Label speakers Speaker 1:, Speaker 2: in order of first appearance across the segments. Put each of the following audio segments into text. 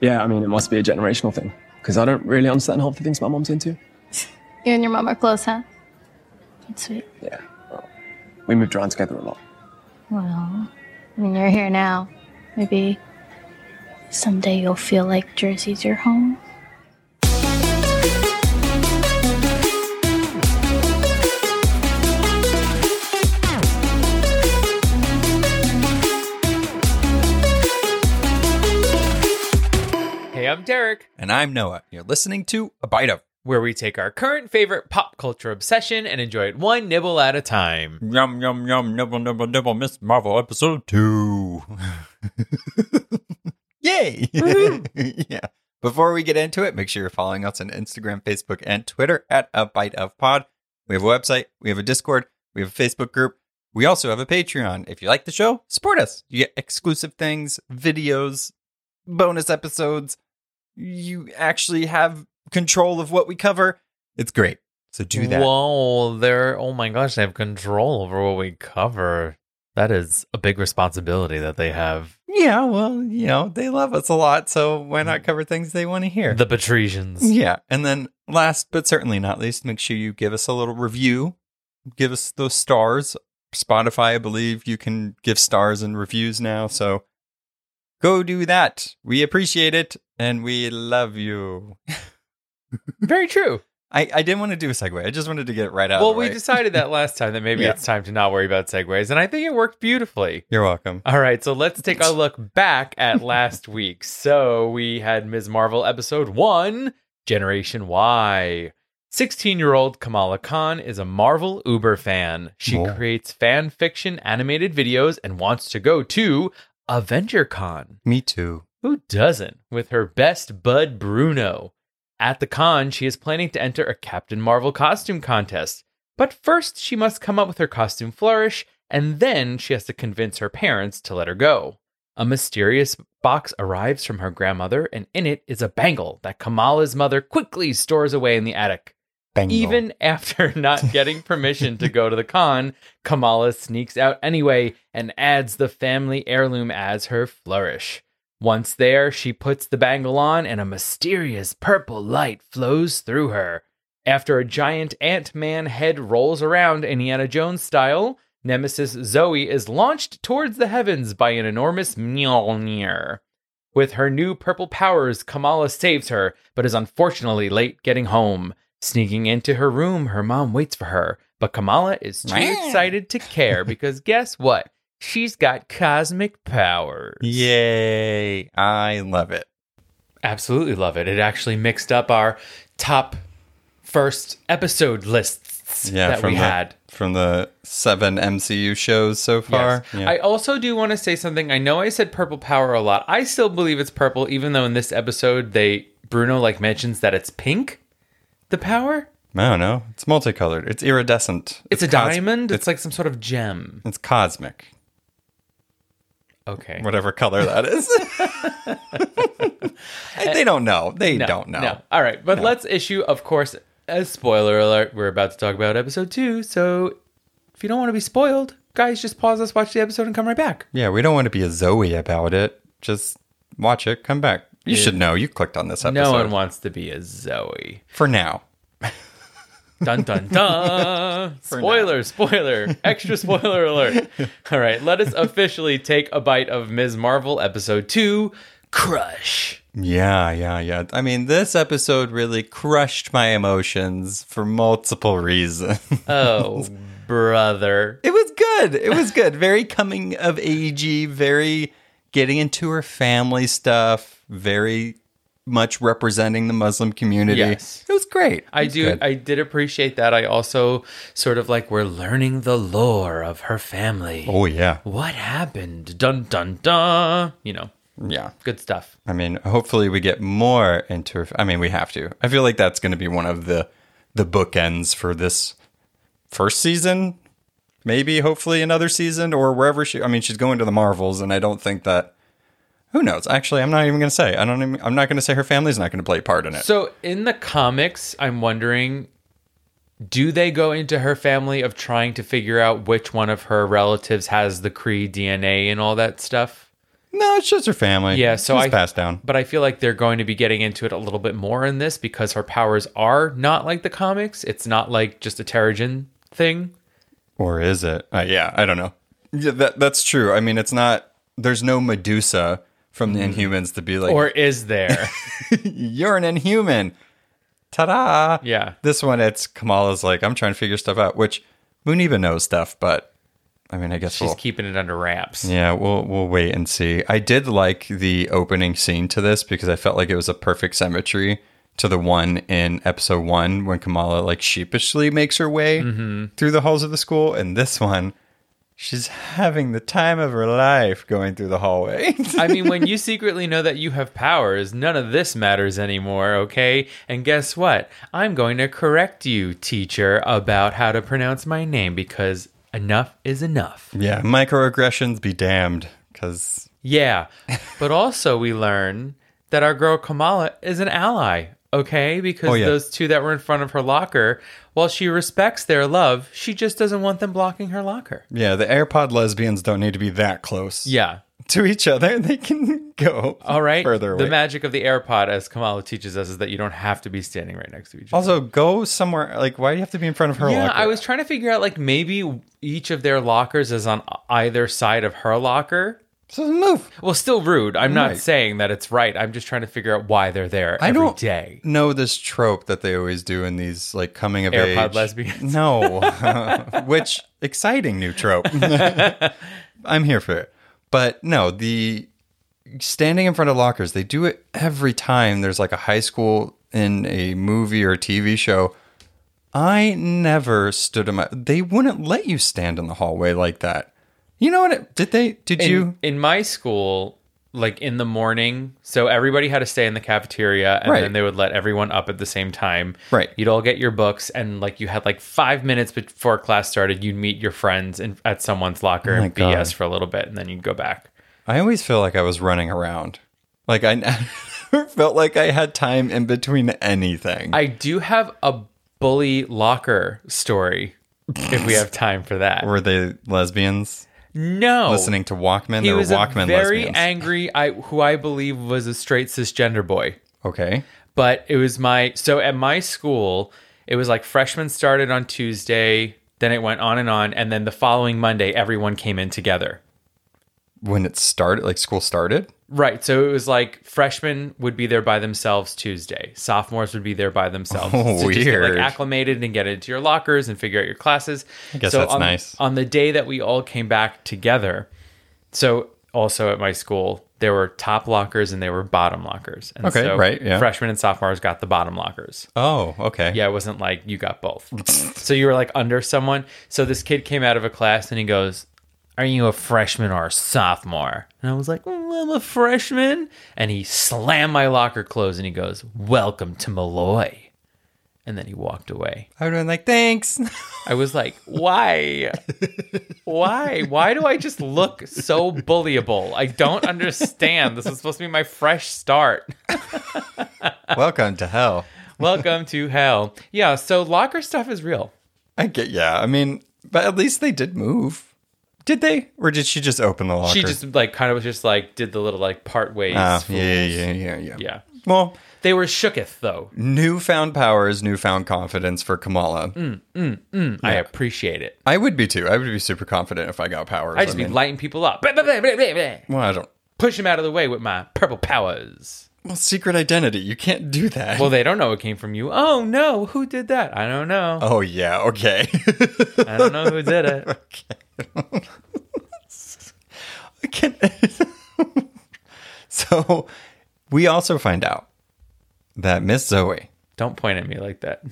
Speaker 1: Yeah, I mean, it must be a generational thing because I don't really understand half the things my mom's into.
Speaker 2: You and your mom are close, huh? That's sweet.
Speaker 1: Yeah. Well, we moved around together a lot.
Speaker 2: Well, I mean, you're here now. Maybe someday you'll feel like Jersey's your home.
Speaker 3: Hey, I'm Derek,
Speaker 4: And I'm Noah. You're listening to A Bite of.
Speaker 3: where we take our current favorite pop culture obsession and enjoy it one nibble at a time.
Speaker 4: Yum, yum, yum, nibble, nibble, nibble, Miss Marvel episode two. Yay! yeah. Before we get into it, make sure you're following us on Instagram, Facebook, and Twitter at A Bite of Pod. We have a website, we have a Discord, we have a Facebook group. We also have a Patreon. If you like the show, support us. You get exclusive things, videos, bonus episodes. You actually have control of what we cover. It's great. So do that.
Speaker 3: Whoa, they're oh my gosh, they have control over what we cover. That is a big responsibility that they have.
Speaker 4: Yeah, well, you know, they love us a lot, so why not cover things they want to hear?
Speaker 3: Mm-hmm. The Patricians.
Speaker 4: yeah. And then last but certainly not least, make sure you give us a little review. Give us those stars. Spotify, I believe you can give stars and reviews now, so go do that. We appreciate it and we love you.
Speaker 3: Very true.
Speaker 4: I, I didn't want to do a segue. I just wanted to get it right out. of
Speaker 3: well,
Speaker 4: the
Speaker 3: we
Speaker 4: way.
Speaker 3: decided that last time that maybe
Speaker 4: Yeah.
Speaker 3: it's time to not worry about segues, and I think it worked beautifully.
Speaker 4: You're welcome.
Speaker 3: All right, so let's take a look back at last week. So we had Ms. Marvel episode one, Generation Y. 16 year old Kamala Khan is a Marvel Uber fan. She
Speaker 4: Oh.
Speaker 3: creates fan fiction animated videos and wants to go to Avenger Con.
Speaker 4: Me too.
Speaker 3: Who doesn't? With her best bud Bruno. At the con, she is planning to enter a Captain Marvel costume contest. But first, she must come up with her costume flourish, and then she has to convince her parents to let her go. A mysterious box arrives from her grandmother, and in it is a bangle that Kamala's mother quickly stores away in the attic.
Speaker 4: Bangle.
Speaker 3: Even after not getting permission to go to the con, Kamala sneaks out anyway and adds the family heirloom as her flourish. Once there, she puts the bangle on and a mysterious purple light flows through her. After a giant Ant Man head rolls around Indiana Jones style, Nemesis Zoe is launched towards the heavens by an enormous Mjolnir. With her new purple powers, Kamala saves her, but is unfortunately late getting home. Sneaking into her room, her mom waits for her, but Kamala is too
Speaker 4: Meow.
Speaker 3: excited to care because guess what? She's got cosmic powers.
Speaker 4: Yay. I love it.
Speaker 3: Absolutely love it. It actually mixed up our top first episode lists
Speaker 4: yeah,
Speaker 3: that
Speaker 4: from
Speaker 3: we
Speaker 4: the,
Speaker 3: had.
Speaker 4: from the seven MCU shows so far.
Speaker 3: Yes.
Speaker 4: Yeah.
Speaker 3: I also do want to say something. I know I said purple power a lot. I still believe it's purple, even though in this episode they Bruno like mentions that it's pink. The power.
Speaker 4: I don't know. It's multicolored. It's iridescent.
Speaker 3: It's, a
Speaker 4: cos-
Speaker 3: diamond. It's, like some sort of gem.
Speaker 4: It's cosmic.
Speaker 3: Okay.
Speaker 4: Whatever color that is. they don't know. They don't know.
Speaker 3: All right, but let's issue, of course, a spoiler alert. We're about to talk about episode two, so if you don't want to be spoiled, guys, just pause us, watch the episode, and come right back.
Speaker 4: Yeah, we don't want to be a Zoe about it. Just watch it. Come back. You should know. You clicked on this episode.
Speaker 3: No one wants to be a Zoe.
Speaker 4: For now.
Speaker 3: Dun dun dun! spoiler, spoiler, extra spoiler alert. All right, let us officially take a bite of Ms. Marvel episode two, Crush.
Speaker 4: Yeah, yeah, yeah. I mean, this episode really crushed my emotions for multiple reasons.
Speaker 3: Oh, brother.
Speaker 4: It was good. It was good. Very coming of agey, very getting into her family stuff, very much representing the Muslim community.
Speaker 3: Yes.
Speaker 4: It was great.
Speaker 3: I
Speaker 4: It was
Speaker 3: do.
Speaker 4: good.
Speaker 3: I did appreciate that. I also sort of like we're learning the lore of her family.
Speaker 4: oh yeah.
Speaker 3: What happened? Dun dun dun. You know,
Speaker 4: Yeah.
Speaker 3: good stuff.
Speaker 4: I mean, hopefully we get more into I mean, we have to. I feel like that's going to be one of the the bookends for this first season. Maybe hopefully another season or wherever she I mean, she's going to the Marvels and I don't think that who knows? Actually, I'm not even going to say. I don't even, I'm not going to say her family's not going to play a part in it.
Speaker 3: So in the comics, I'm wondering do they go into her family of trying to figure out which one of her relatives has the Cree DNA and all that stuff?
Speaker 4: No, it's just her family.
Speaker 3: Yeah, so
Speaker 4: Just
Speaker 3: I-
Speaker 4: passed down.
Speaker 3: But I feel like they're going to be getting into it a little bit more in this because her powers are not like the comics. It's not like just a Terrigen thing.
Speaker 4: Or is it? Uh, yeah, I don't know. Yeah, that that's true. I mean, it's not. There's no Medusa from the Inhumans to be like,
Speaker 3: Mm. Or is there?
Speaker 4: you're an Inhuman. Ta-da!
Speaker 3: yeah.
Speaker 4: This one, it's Kamala's like, I'm trying to figure stuff out, which Muniba knows stuff, but I mean, I guess
Speaker 3: She's
Speaker 4: we'll,
Speaker 3: keeping it under wraps.
Speaker 4: yeah, we'll we'll wait and see. I did like the opening scene to this because I felt like it was a perfect symmetry to the one in episode one when Kamala like sheepishly makes her way through the halls of the school, and this one, she's having the time of her life going through the hallway.
Speaker 3: I mean, when you secretly know that you have powers, none of this matters anymore, okay? And guess what? I'm going to correct you, teacher, about how to pronounce my name because enough is enough.
Speaker 4: yeah, microaggressions be damned, because
Speaker 3: Yeah. But also, we learn that our girl Kamala is an ally, okay? Because
Speaker 4: Oh, yeah.
Speaker 3: those two that were in front of her locker, while she respects their love, she just doesn't want them blocking her locker.
Speaker 4: yeah, the AirPod lesbians don't need to be that close
Speaker 3: Yeah.
Speaker 4: to each other. They can go
Speaker 3: All right.
Speaker 4: further away.
Speaker 3: The magic of the AirPod, as Kamala teaches us, is that you don't have to be standing right next to each other.
Speaker 4: also, go somewhere. Like, why do you have to be in front of her?
Speaker 3: Yeah,
Speaker 4: locker?
Speaker 3: I was trying to figure out like maybe each of their lockers is on either side of her locker.
Speaker 4: So move.
Speaker 3: Well, still rude. I'm not
Speaker 4: Right.
Speaker 3: saying that it's right. I'm just trying to figure out why they're there
Speaker 4: I
Speaker 3: every
Speaker 4: don't
Speaker 3: day.
Speaker 4: know this trope that they always do in these like coming of
Speaker 3: AirPod
Speaker 4: age
Speaker 3: lesbians.
Speaker 4: No, which exciting new trope. I'm here for it. But no, the standing in front of lockers, they do it every time there's like a high school in a movie or TV show. I never stood in my. They wouldn't let you stand in the hallway like that. You know what? It, did they? Did you?
Speaker 3: In, in my school, like in the morning, so everybody had to stay in the cafeteria and
Speaker 4: Right.
Speaker 3: then they would let everyone up at the same time.
Speaker 4: Right.
Speaker 3: You'd all get your books and like you had like five minutes before class started, you'd meet your friends in, at someone's locker
Speaker 4: Oh my
Speaker 3: and BS
Speaker 4: God.
Speaker 3: for a little bit and then you'd go back.
Speaker 4: I always feel like I was running around. Like I never felt like I had time in between anything.
Speaker 3: I do have a bully locker story if we have time for that.
Speaker 4: Were they lesbians
Speaker 3: No.
Speaker 4: listening to Walkman?
Speaker 3: Oh. he
Speaker 4: They were
Speaker 3: was a
Speaker 4: Walkman
Speaker 3: very
Speaker 4: lesbians.
Speaker 3: angry I who I believe was a straight cisgender boy.
Speaker 4: okay.
Speaker 3: But it was my so at my school, it was like freshmen started on Tuesday, then it went on and on and then the following Monday everyone came in together.
Speaker 4: When it started, like school started?
Speaker 3: Right, so it was like freshmen would be there by themselves Tuesday, sophomores would be there by themselves.
Speaker 4: Oh,
Speaker 3: So just get,
Speaker 4: weird.
Speaker 3: like acclimated and get into your lockers and figure out your classes. I
Speaker 4: guess that's
Speaker 3: on,
Speaker 4: nice.
Speaker 3: On the day that we all came back together, so also at my school there were top lockers and there were bottom lockers. And
Speaker 4: Okay,
Speaker 3: so
Speaker 4: right, yeah.
Speaker 3: Freshmen and sophomores got the bottom lockers.
Speaker 4: Oh, okay.
Speaker 3: Yeah, it wasn't like you got both. so you were like under someone. So this kid came out of a class and he goes, Are you a freshman or a sophomore? And I was like, "Mm, I'm a freshman. And he slammed my locker closed and he goes, Welcome to Malloy. And then he walked away.
Speaker 4: I would have been like, thanks.
Speaker 3: I was like, Why? Why? Why do I just look so bullyable? I don't understand. This is supposed to be my fresh start.
Speaker 4: Welcome to hell.
Speaker 3: Welcome to hell. Yeah, so locker stuff is real.
Speaker 4: I get, yeah. I mean, but at least they did move. Did they? Or did she just open the locker?
Speaker 3: She just like kind of was just like did the little like part ways.
Speaker 4: Ah, yeah, yeah, yeah, yeah,
Speaker 3: Yeah.
Speaker 4: Well,
Speaker 3: They were shooketh though.
Speaker 4: newfound powers, newfound confidence for Kamala.
Speaker 3: I appreciate it.
Speaker 4: I would be too. I would be super confident if I got powers.
Speaker 3: I just
Speaker 4: mean,
Speaker 3: be lighting people up. Blah, blah, blah, blah, blah, blah.
Speaker 4: well, I don't.
Speaker 3: Push them out of the way with my purple powers.
Speaker 4: Well, secret identity. You can't do that.
Speaker 3: Well, they don't know it came from you. Oh no, who did that? I don't know.
Speaker 4: oh yeah. Okay. Oh.
Speaker 3: I don't know who did it.
Speaker 4: I can't- so, we also find out that Miss Zoe.
Speaker 3: Don't point at me like that.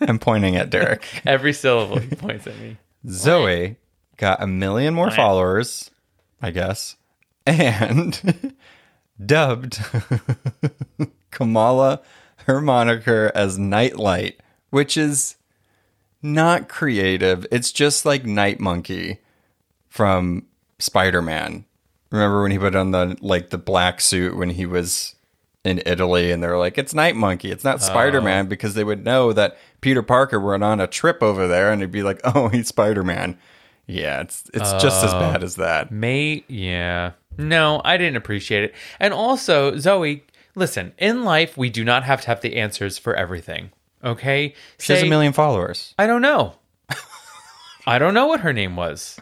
Speaker 4: I'm pointing at Derek.
Speaker 3: Every syllable he points at me.
Speaker 4: Zoe got a million more followers, I guess, and dubbed Kamala her moniker as Nightlight, which is not creative. It's just like Night Monkey from Spider Man. Remember when he put on the like the black suit when he was in Italy and they were like, It's Night Monkey, it's not Spider Man, because they would know that Peter Parker went on a trip over there and it'd be like, Oh, he's Spider Man. "Oh, Yeah, it's it's just as
Speaker 3: Oh.
Speaker 4: bad as that.
Speaker 3: May yeah. No, I didn't appreciate it. And also, Zoe, listen, in life we do not have to have the answers for everything. Okay?
Speaker 4: She has a
Speaker 3: Say,
Speaker 4: million followers.
Speaker 3: I don't know. I don't know what her name was.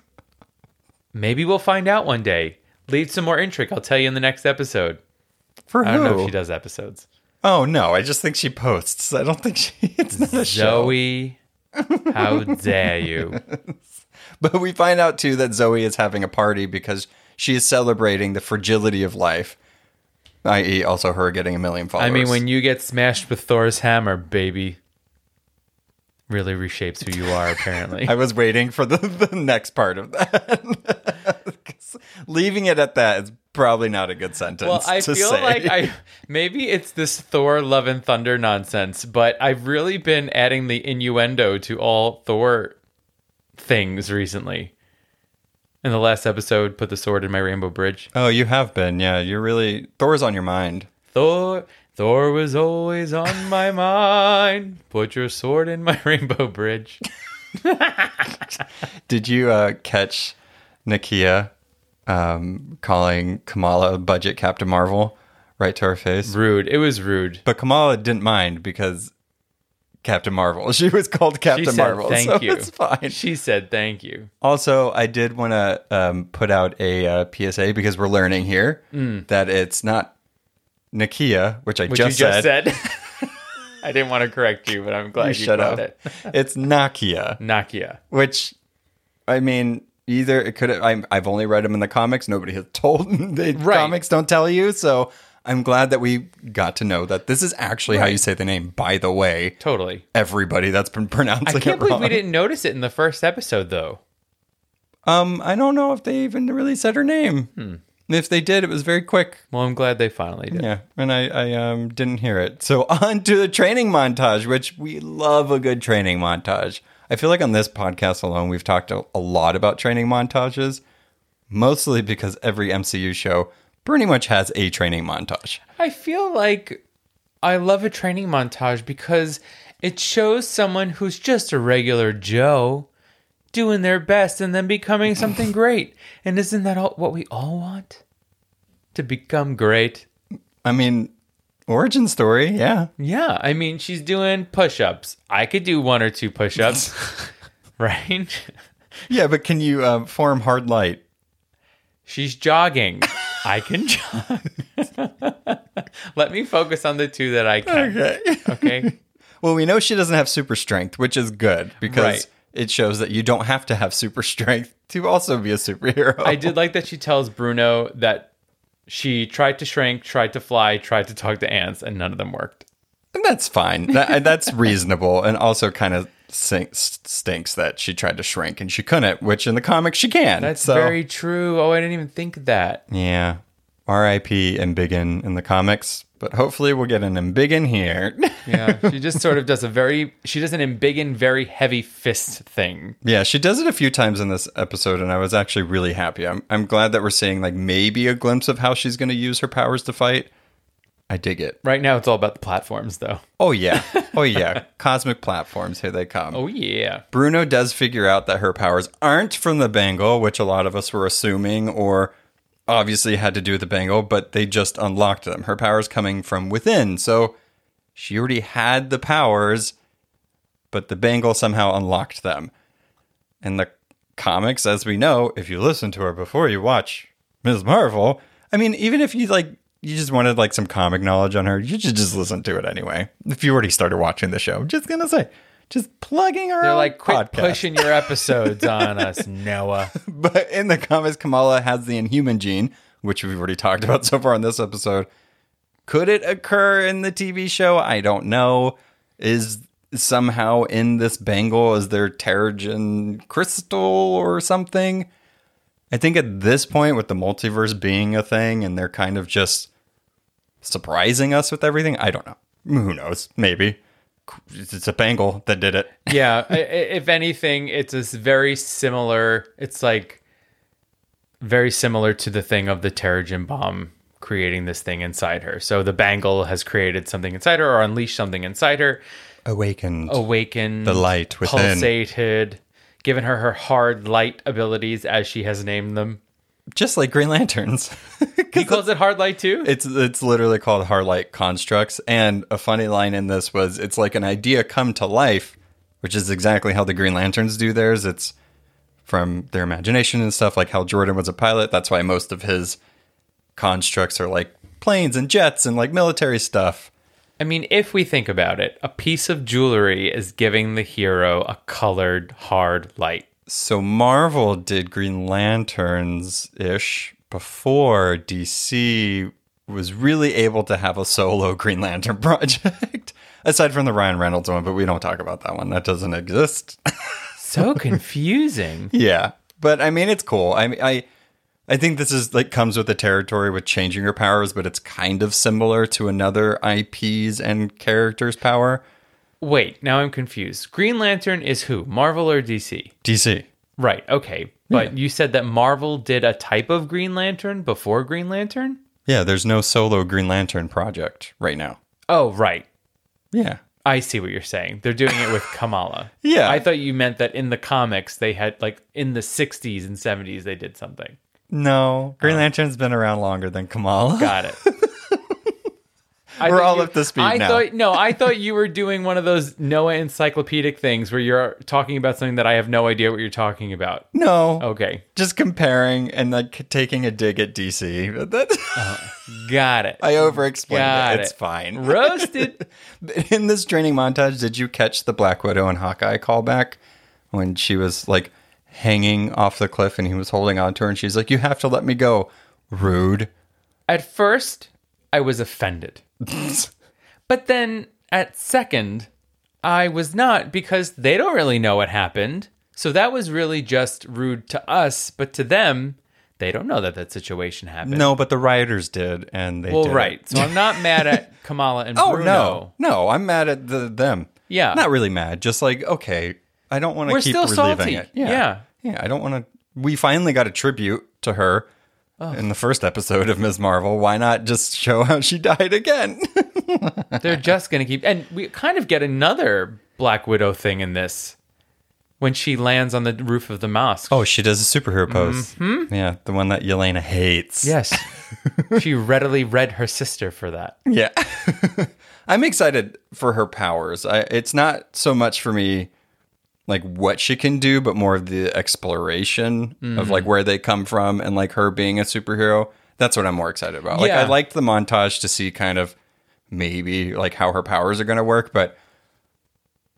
Speaker 3: Maybe we'll find out one day. Leave some more intrigue. I'll tell you in the next episode.
Speaker 4: For who?
Speaker 3: I don't know if she does episodes.
Speaker 4: Oh no, I just think she posts. I don't think she. It's not a show.
Speaker 3: Zoe, how dare you?
Speaker 4: But we find out too that Zoe is having a party because she is celebrating the fragility of life, i.e., also her getting a million followers.
Speaker 3: I mean, when you get smashed with Thor's hammer, baby, really reshapes who you are, apparently.
Speaker 4: I was waiting for the, the next part of that. 'Cause Leaving it at that is probably not a good sentence.
Speaker 3: well, I
Speaker 4: to
Speaker 3: feel
Speaker 4: say.
Speaker 3: like I maybe it's this Thor love and thunder nonsense, but I've really been adding the innuendo to all Thor things recently. In the last episode, put the sword in my rainbow bridge.
Speaker 4: Oh, you have been. Yeah, you're really. Thor's on your mind.
Speaker 3: Thor, Thor was always on my mind. Put your sword in my rainbow bridge.
Speaker 4: Did you uh, catch Nakia um, calling Kamala budget Captain Marvel right to her face?
Speaker 3: Rude. It was rude.
Speaker 4: But Kamala didn't mind because Captain Marvel. She was called
Speaker 3: She
Speaker 4: Captain
Speaker 3: said,
Speaker 4: Marvel.
Speaker 3: "Thank
Speaker 4: so
Speaker 3: you."
Speaker 4: It's fine.
Speaker 3: She said, "Thank you."
Speaker 4: Also, I did want to um, put out a uh, PSA because we're learning here that it's not Nakia, which I
Speaker 3: Mm. Which
Speaker 4: just,
Speaker 3: you just said. I didn't want to correct you, but I'm glad you,
Speaker 4: Shut
Speaker 3: caught
Speaker 4: up.
Speaker 3: it.
Speaker 4: it's Nakia.
Speaker 3: Nakia.
Speaker 4: which I mean, either it could I'm, I've only read them in the comics. Nobody has told the
Speaker 3: Right.
Speaker 4: comics don't tell you. So I'm glad that we got to know that this is actually how you say the name. By the way,
Speaker 3: Totally.
Speaker 4: everybody that's been pronouncing
Speaker 3: I can't
Speaker 4: it
Speaker 3: believe
Speaker 4: wrong.
Speaker 3: we didn't notice it in the first episode, though.
Speaker 4: Um, I don't know if they even really said her name.
Speaker 3: Hmm.
Speaker 4: If they did, it was very quick.
Speaker 3: Well, I'm glad they finally did.
Speaker 4: Yeah, and I, I um, didn't hear it. So on to the training montage, which we love a good training montage. I feel like on this podcast alone, we've talked a, a lot about training montages, mostly because every MCU show pretty much has a training montage.
Speaker 3: I feel like I love a training montage because it shows someone who's just a regular Joe doing their best and then becoming something great. And isn't that all, what we all want? To become great.
Speaker 4: I mean, origin story, yeah.
Speaker 3: Yeah, I mean, she's doing push ups. I could do one or two push ups, right?
Speaker 4: Yeah, but can you uh, form hard light?
Speaker 3: She's jogging. I can jog. Let me focus on the two that I can. Okay.
Speaker 4: Well, we know she doesn't have super strength, which is good because
Speaker 3: Right.
Speaker 4: it shows that you don't have to have super strength to also be a superhero.
Speaker 3: I did like that she tells Bruno that she tried to shrink, tried to fly, tried to talk to ants, and none of them worked.
Speaker 4: And That's fine. That, that's reasonable, and also kind of sinks, stinks that she tried to shrink and she couldn't, which in the comics she can.
Speaker 3: That's
Speaker 4: so,
Speaker 3: very true. Oh, I didn't even think of that.
Speaker 4: yeah. R.I.P. and Biggin in the comics, but hopefully we'll get an Embiggen here.
Speaker 3: Yeah. she just sort of does a very, she does an embiggen, very heavy fist thing.
Speaker 4: yeah, she does it a few times in this episode, and I was actually really happy. I'm I'm glad that we're seeing like maybe a glimpse of how she's going to use her powers to fight. I dig it.
Speaker 3: Right now, it's all about the platforms, though.
Speaker 4: Oh yeah, oh yeah. Cosmic platforms, here they come.
Speaker 3: Oh, yeah.
Speaker 4: Bruno does figure out that her powers aren't from the bangle, which a lot of us were assuming or obviously had to do with the bangle, but they just unlocked them. Her powers coming from within. So she already had the powers, but the bangle somehow unlocked them. In the comics, as we know, if you listen to her before you watch Ms. Marvel, I mean, even if you like you just wanted like some comic knowledge on her, you should just listen to it anyway. If you already started watching the show, I'm just gonna say. Just plugging her
Speaker 3: They're
Speaker 4: own
Speaker 3: like, quit
Speaker 4: podcast.
Speaker 3: pushing your episodes on us, Noah.
Speaker 4: But in the comics, Kamala has the inhuman gene, which we've already talked about so far in this episode. Could it occur in the TV show? I don't know. Is somehow in this bangle, is there Terrigen crystal or something? I think at this point, with the multiverse being a thing and they're kind of just surprising us with everything, I don't know. Who knows? Maybe. It's a bangle that did it.
Speaker 3: yeah I- I- if anything it's a s- very similar it's like very similar to the thing of the terrigen bomb creating this thing inside her so the bangle has created something inside her or unleashed something inside her
Speaker 4: Awakened.
Speaker 3: awakened
Speaker 4: The light within.
Speaker 3: pulsated given her her hard light abilities as she has named them.
Speaker 4: Just like Green Lanterns. 'Cause
Speaker 3: He calls it hard light too.
Speaker 4: It's it's literally called Harlight Constructs, and a funny line in this was it's like an idea come to life, which is exactly how the Green Lanterns do theirs. It's from their imagination and stuff, like how Jordan was a pilot. That's why most of his constructs are like planes and jets and like military stuff.
Speaker 3: I mean, if we think about it, a piece of jewelry is giving the hero a colored hard light.
Speaker 4: So Marvel did Green Lanterns ish before DC was really able to have a solo Green Lantern project. Aside from the Ryan Reynolds one, but we don't talk about that one. That doesn't exist.
Speaker 3: So confusing.
Speaker 4: yeah. But I mean it's cool. I mean I I think this is like comes with the territory with changing your powers, but it's kind of similar to another IP's and character's power.
Speaker 3: Wait, now I'm confused. Green Lantern is who? Marvel or DC?
Speaker 4: DC.
Speaker 3: Right, okay. But you said that Marvel did a type of Green Lantern before Green Lantern?
Speaker 4: Yeah, there's no solo Green Lantern project right now.
Speaker 3: Oh, right.
Speaker 4: Yeah.
Speaker 3: I see what you're saying. They're doing it with Kamala.
Speaker 4: Yeah.
Speaker 3: I thought you meant that in the comics they had like in the 60s and 70s they did something.
Speaker 4: No, Green Lantern's been around longer than Kamala.
Speaker 3: Oh. Got it. I
Speaker 4: We're
Speaker 3: thought
Speaker 4: all
Speaker 3: you-
Speaker 4: up to speed
Speaker 3: I
Speaker 4: now.
Speaker 3: Thought, no, I thought you were doing one of those Noah encyclopedic things where you're talking about something that I have no idea what you're talking about.
Speaker 4: No,
Speaker 3: Okay,
Speaker 4: just comparing and like c- taking a dig at DC. But that-
Speaker 3: got it.
Speaker 4: I overexplained
Speaker 3: Uh-huh. Got
Speaker 4: it. It's
Speaker 3: it.
Speaker 4: fine.
Speaker 3: Roasted.
Speaker 4: In this training montage, did you catch the Black Widow and Hawkeye callback when she was like hanging off the cliff and he was holding on to her and she's like, "You have to let me go." Rude.
Speaker 3: At first, I was offended. But then at second, I was not because they don't really know what happened. So that was really just rude to us, but to them, they don't know that that situation happened.
Speaker 4: No, but the rioters did, and they.
Speaker 3: Well,
Speaker 4: did it.
Speaker 3: right. So I'm not mad at Kamala and
Speaker 4: Oh
Speaker 3: Bruno.
Speaker 4: no, no! I'm mad at the, them.
Speaker 3: Yeah.
Speaker 4: not really mad. Just like okay, I don't want to
Speaker 3: We're
Speaker 4: keep
Speaker 3: still
Speaker 4: reliving
Speaker 3: salty.
Speaker 4: it.
Speaker 3: Yeah.
Speaker 4: yeah, Yeah, I don't want to. We finally got a tribute to her in the first episode of Ms. Marvel. Why not just show how she died again?
Speaker 3: They're just going to keep. And we kind of get another Black Widow thing in this when she lands on the roof of the mosque.
Speaker 4: oh, she does a superhero pose. Mm-hmm. Yeah, the one that Yelena hates.
Speaker 3: yes. she readily read her sister for that.
Speaker 4: Yeah. I'm excited for her powers. I, it's not so much for me like what she can do, but more of the exploration of
Speaker 3: Mm.
Speaker 4: like where they come from and like her being a superhero. That's what I'm more excited about. Like
Speaker 3: Yeah.
Speaker 4: I liked the montage to see kind of maybe like how her powers are going to work, but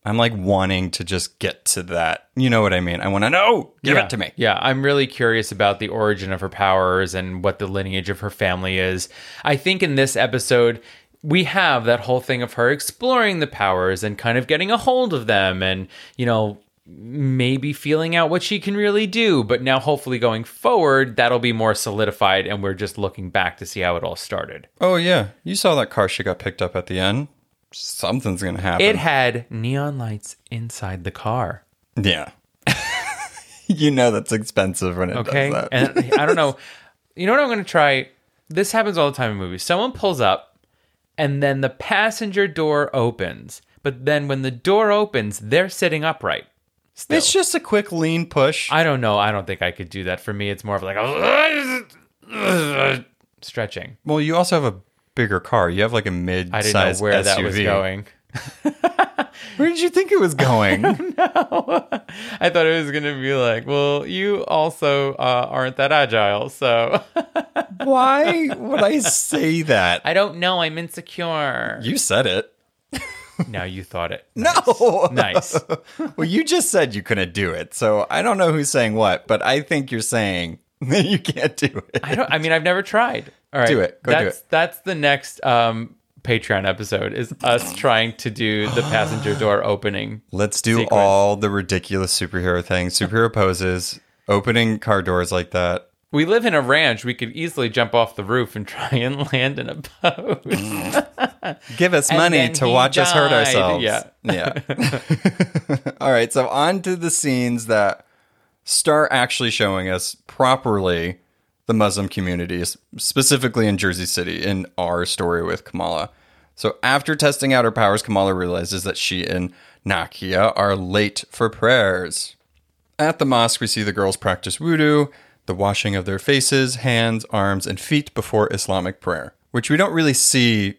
Speaker 4: I'm like wanting to just get to that. You know what I mean? I want to know. Give
Speaker 3: yeah.
Speaker 4: it to me.
Speaker 3: Yeah, I'm really curious about the origin of her powers and what the lineage of her family is. I think in this episode, we have that whole thing of her exploring the powers and kind of getting a hold of them and, you know, maybe feeling out what she can really do. But now, hopefully, going forward, that'll be more solidified and we're just looking back to see how it all started.
Speaker 4: Oh yeah, you saw that car she got picked up at the end. Something's going to happen.
Speaker 3: It had neon lights inside the car.
Speaker 4: Yeah. you know that's expensive when it
Speaker 3: Okay.
Speaker 4: does that.
Speaker 3: And I don't know. You know what I'm going to try? This happens all the time in movies. Someone pulls up and then the passenger door opens. But then when the door opens, they're sitting upright. Still.
Speaker 4: it's just a quick lean push.
Speaker 3: I don't know. I don't think I could do that. For me, it's more of like a stretching.
Speaker 4: well, you also have a bigger car. You have like a mid
Speaker 3: I didn't
Speaker 4: size
Speaker 3: know where that was going.
Speaker 4: Where did you think it was going?
Speaker 3: I thought it was going to be like, well, you also uh, aren't that agile. So
Speaker 4: Why would I say that?
Speaker 3: I don't know. I'm insecure.
Speaker 4: you said it.
Speaker 3: now you thought it.
Speaker 4: No.
Speaker 3: Nice.
Speaker 4: well, you just said you couldn't do it. So I don't know who's saying what, but I think you're saying that you can't do it.
Speaker 3: I don't. I mean, I've never tried. All right,
Speaker 4: Do it. Go do
Speaker 3: that's that's the next um, Patreon episode is us trying to do the passenger door opening.
Speaker 4: Let's do
Speaker 3: sequence.
Speaker 4: all the ridiculous superhero things, superhero poses, opening car doors like that.
Speaker 3: We live in a ranch. We could easily jump off the roof and try and land in a
Speaker 4: Mm.
Speaker 3: boat.
Speaker 4: Give us
Speaker 3: And
Speaker 4: money
Speaker 3: then
Speaker 4: to
Speaker 3: he
Speaker 4: watch us hurt
Speaker 3: died.
Speaker 4: ourselves.
Speaker 3: Yeah.
Speaker 4: Yeah. All right. So on to the scenes that start actually showing us properly the Muslim community, s- specifically in Jersey City, in our story with Kamala. So after testing out her powers, Kamala realizes that she and Nakia are late for prayers. At the mosque, we see the girls practice wudu, the washing of their faces, hands, arms, and feet before Islamic prayer, which we don't really see.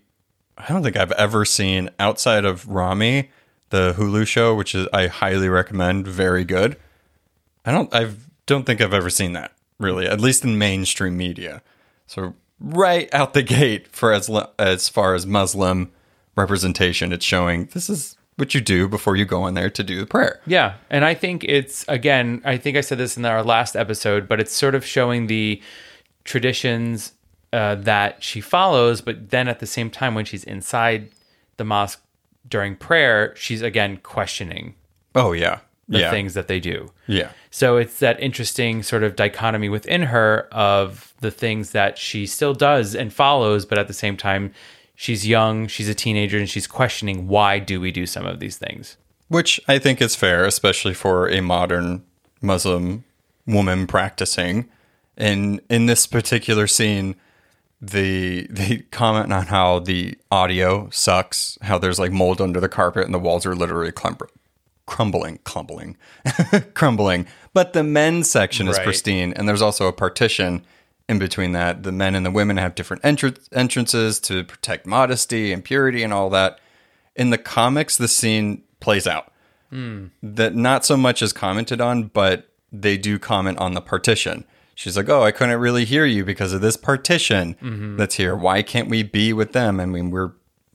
Speaker 4: I don't think I've ever seen outside of Rami, the Hulu show, which is I highly recommend, very good. I don't I don't think I've ever seen that really, at least in mainstream media. So right out the gate for as lo- as far as Muslim representation, it's showing this is what you do before you go in there to do the prayer.
Speaker 3: Yeah. And I think it's, again, I think I said this in our last episode, but it's sort of showing the traditions uh, that she follows. But then at the same time, when she's inside the mosque during prayer, she's again questioning
Speaker 4: Oh yeah,
Speaker 3: the
Speaker 4: yeah,
Speaker 3: things that they do.
Speaker 4: yeah,
Speaker 3: So it's that interesting sort of dichotomy within her of the things that she still does and follows, but at the same time, she's young, she's a teenager, and she's questioning why do we do some of these things.
Speaker 4: which I think is fair, especially for a modern Muslim woman practicing. And in this particular scene, the they comment on how the audio sucks, how there's like mold under the carpet, and the walls are literally clump- crumbling, crumbling, crumbling. But the men's section is
Speaker 3: Right.
Speaker 4: pristine, and there's also a partition in between that. The men and the women have different entr- entrances to protect modesty and purity and all that. In the comics, the scene plays out that not so much is commented on, but they do comment on the partition. She's like, "Oh, I couldn't really hear you because of this partition that's here. Why can't we be with them?" I mean, we're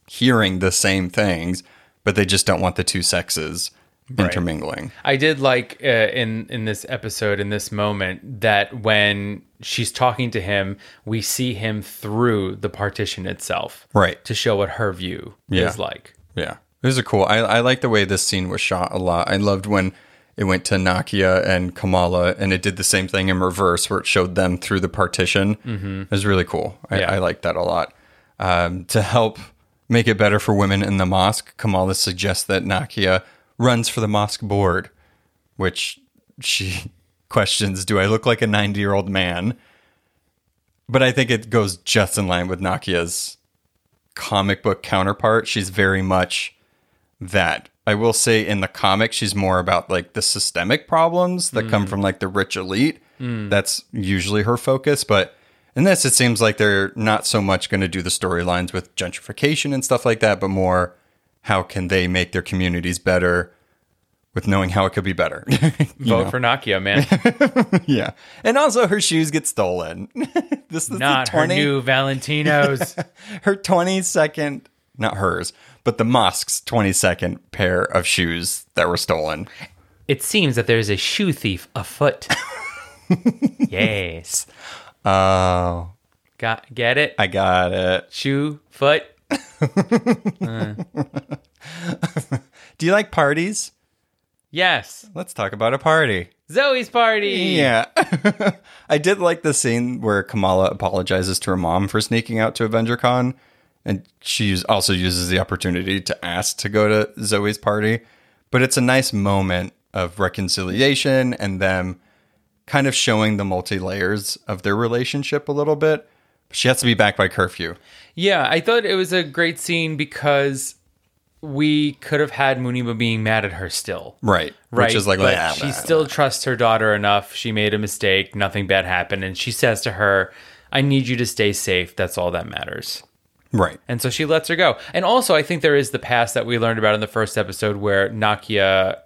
Speaker 4: hearing the same things, but they just don't want the two sexes intermingling.
Speaker 3: I did like uh, in in this episode in this moment that when she's talking to him, we see him through the partition itself,
Speaker 4: Right.
Speaker 3: To show what her view
Speaker 4: Yeah.
Speaker 3: is like.
Speaker 4: Yeah, these are cool. I, I like the way this scene was shot a lot. I loved when it went to Nakia and Kamala, and it did the same thing in reverse, where it showed them through the partition. Mm-hmm. It was really cool. I,
Speaker 3: Yeah.
Speaker 4: I liked that a lot. Um, to help make it better for women in the mosque, Kamala suggests that Nakia runs for the mosque board, which she questions: Do I look like a ninety-year-old man? But I think it goes just in line with Nakia's comic book counterpart. She's very much that. I will say in the comic, she's more about like the systemic problems that
Speaker 3: Mm.
Speaker 4: come from like the rich elite. That's usually her focus. But in this, it seems like they're not so much going to do the storylines with gentrification and stuff like that, but more how can they make their communities better with knowing how it could be better. You
Speaker 3: Vote
Speaker 4: know?
Speaker 3: for Nakia, man.
Speaker 4: yeah. And also, her shoes get stolen. this is the
Speaker 3: Not her
Speaker 4: 20
Speaker 3: new Valentinos.
Speaker 4: her 22nd not hers but the mosque's 22nd pair of shoes that were stolen
Speaker 3: it seems that there's a shoe thief afoot. yes.
Speaker 4: oh
Speaker 3: Got get it?
Speaker 4: i got it
Speaker 3: shoe foot.
Speaker 4: do you like parties
Speaker 3: Yes.
Speaker 4: let's talk about a party
Speaker 3: Zoe's party.
Speaker 4: yeah i did like the scene where kamala apologizes to her mom for sneaking out to avenger con and she us- also uses the opportunity to ask to go to zoe's party but it's a nice moment of reconciliation and them kind of showing the multi layers of their relationship a little bit. She has to be back by curfew.
Speaker 3: Yeah, I thought it was a great scene because we could have had Muniba being mad at her still.
Speaker 4: Right.
Speaker 3: Right.
Speaker 4: Which is like,
Speaker 3: but
Speaker 4: "Ah,
Speaker 3: she
Speaker 4: blah,
Speaker 3: still trusts her daughter enough. She made a mistake, nothing bad happened, and she says to her, I need you to stay safe. That's all that matters.
Speaker 4: blah." right.
Speaker 3: And so she lets her go. And also I think there is the past that we learned about in the first episode where Nakia,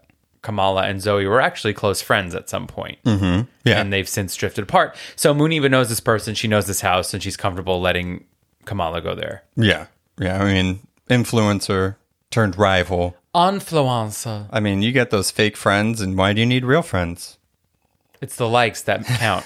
Speaker 3: Kamala, and Zoe were actually close friends at some point.
Speaker 4: Yeah.
Speaker 3: And they've since drifted apart. So Muniba knows this person, she knows this house, and she's comfortable letting Kamala go there.
Speaker 4: yeah. Yeah. I mean, influencer turned rival.
Speaker 3: Influencer.
Speaker 4: I mean, you get those fake friends, and why do you need real friends?
Speaker 3: It's the likes that count.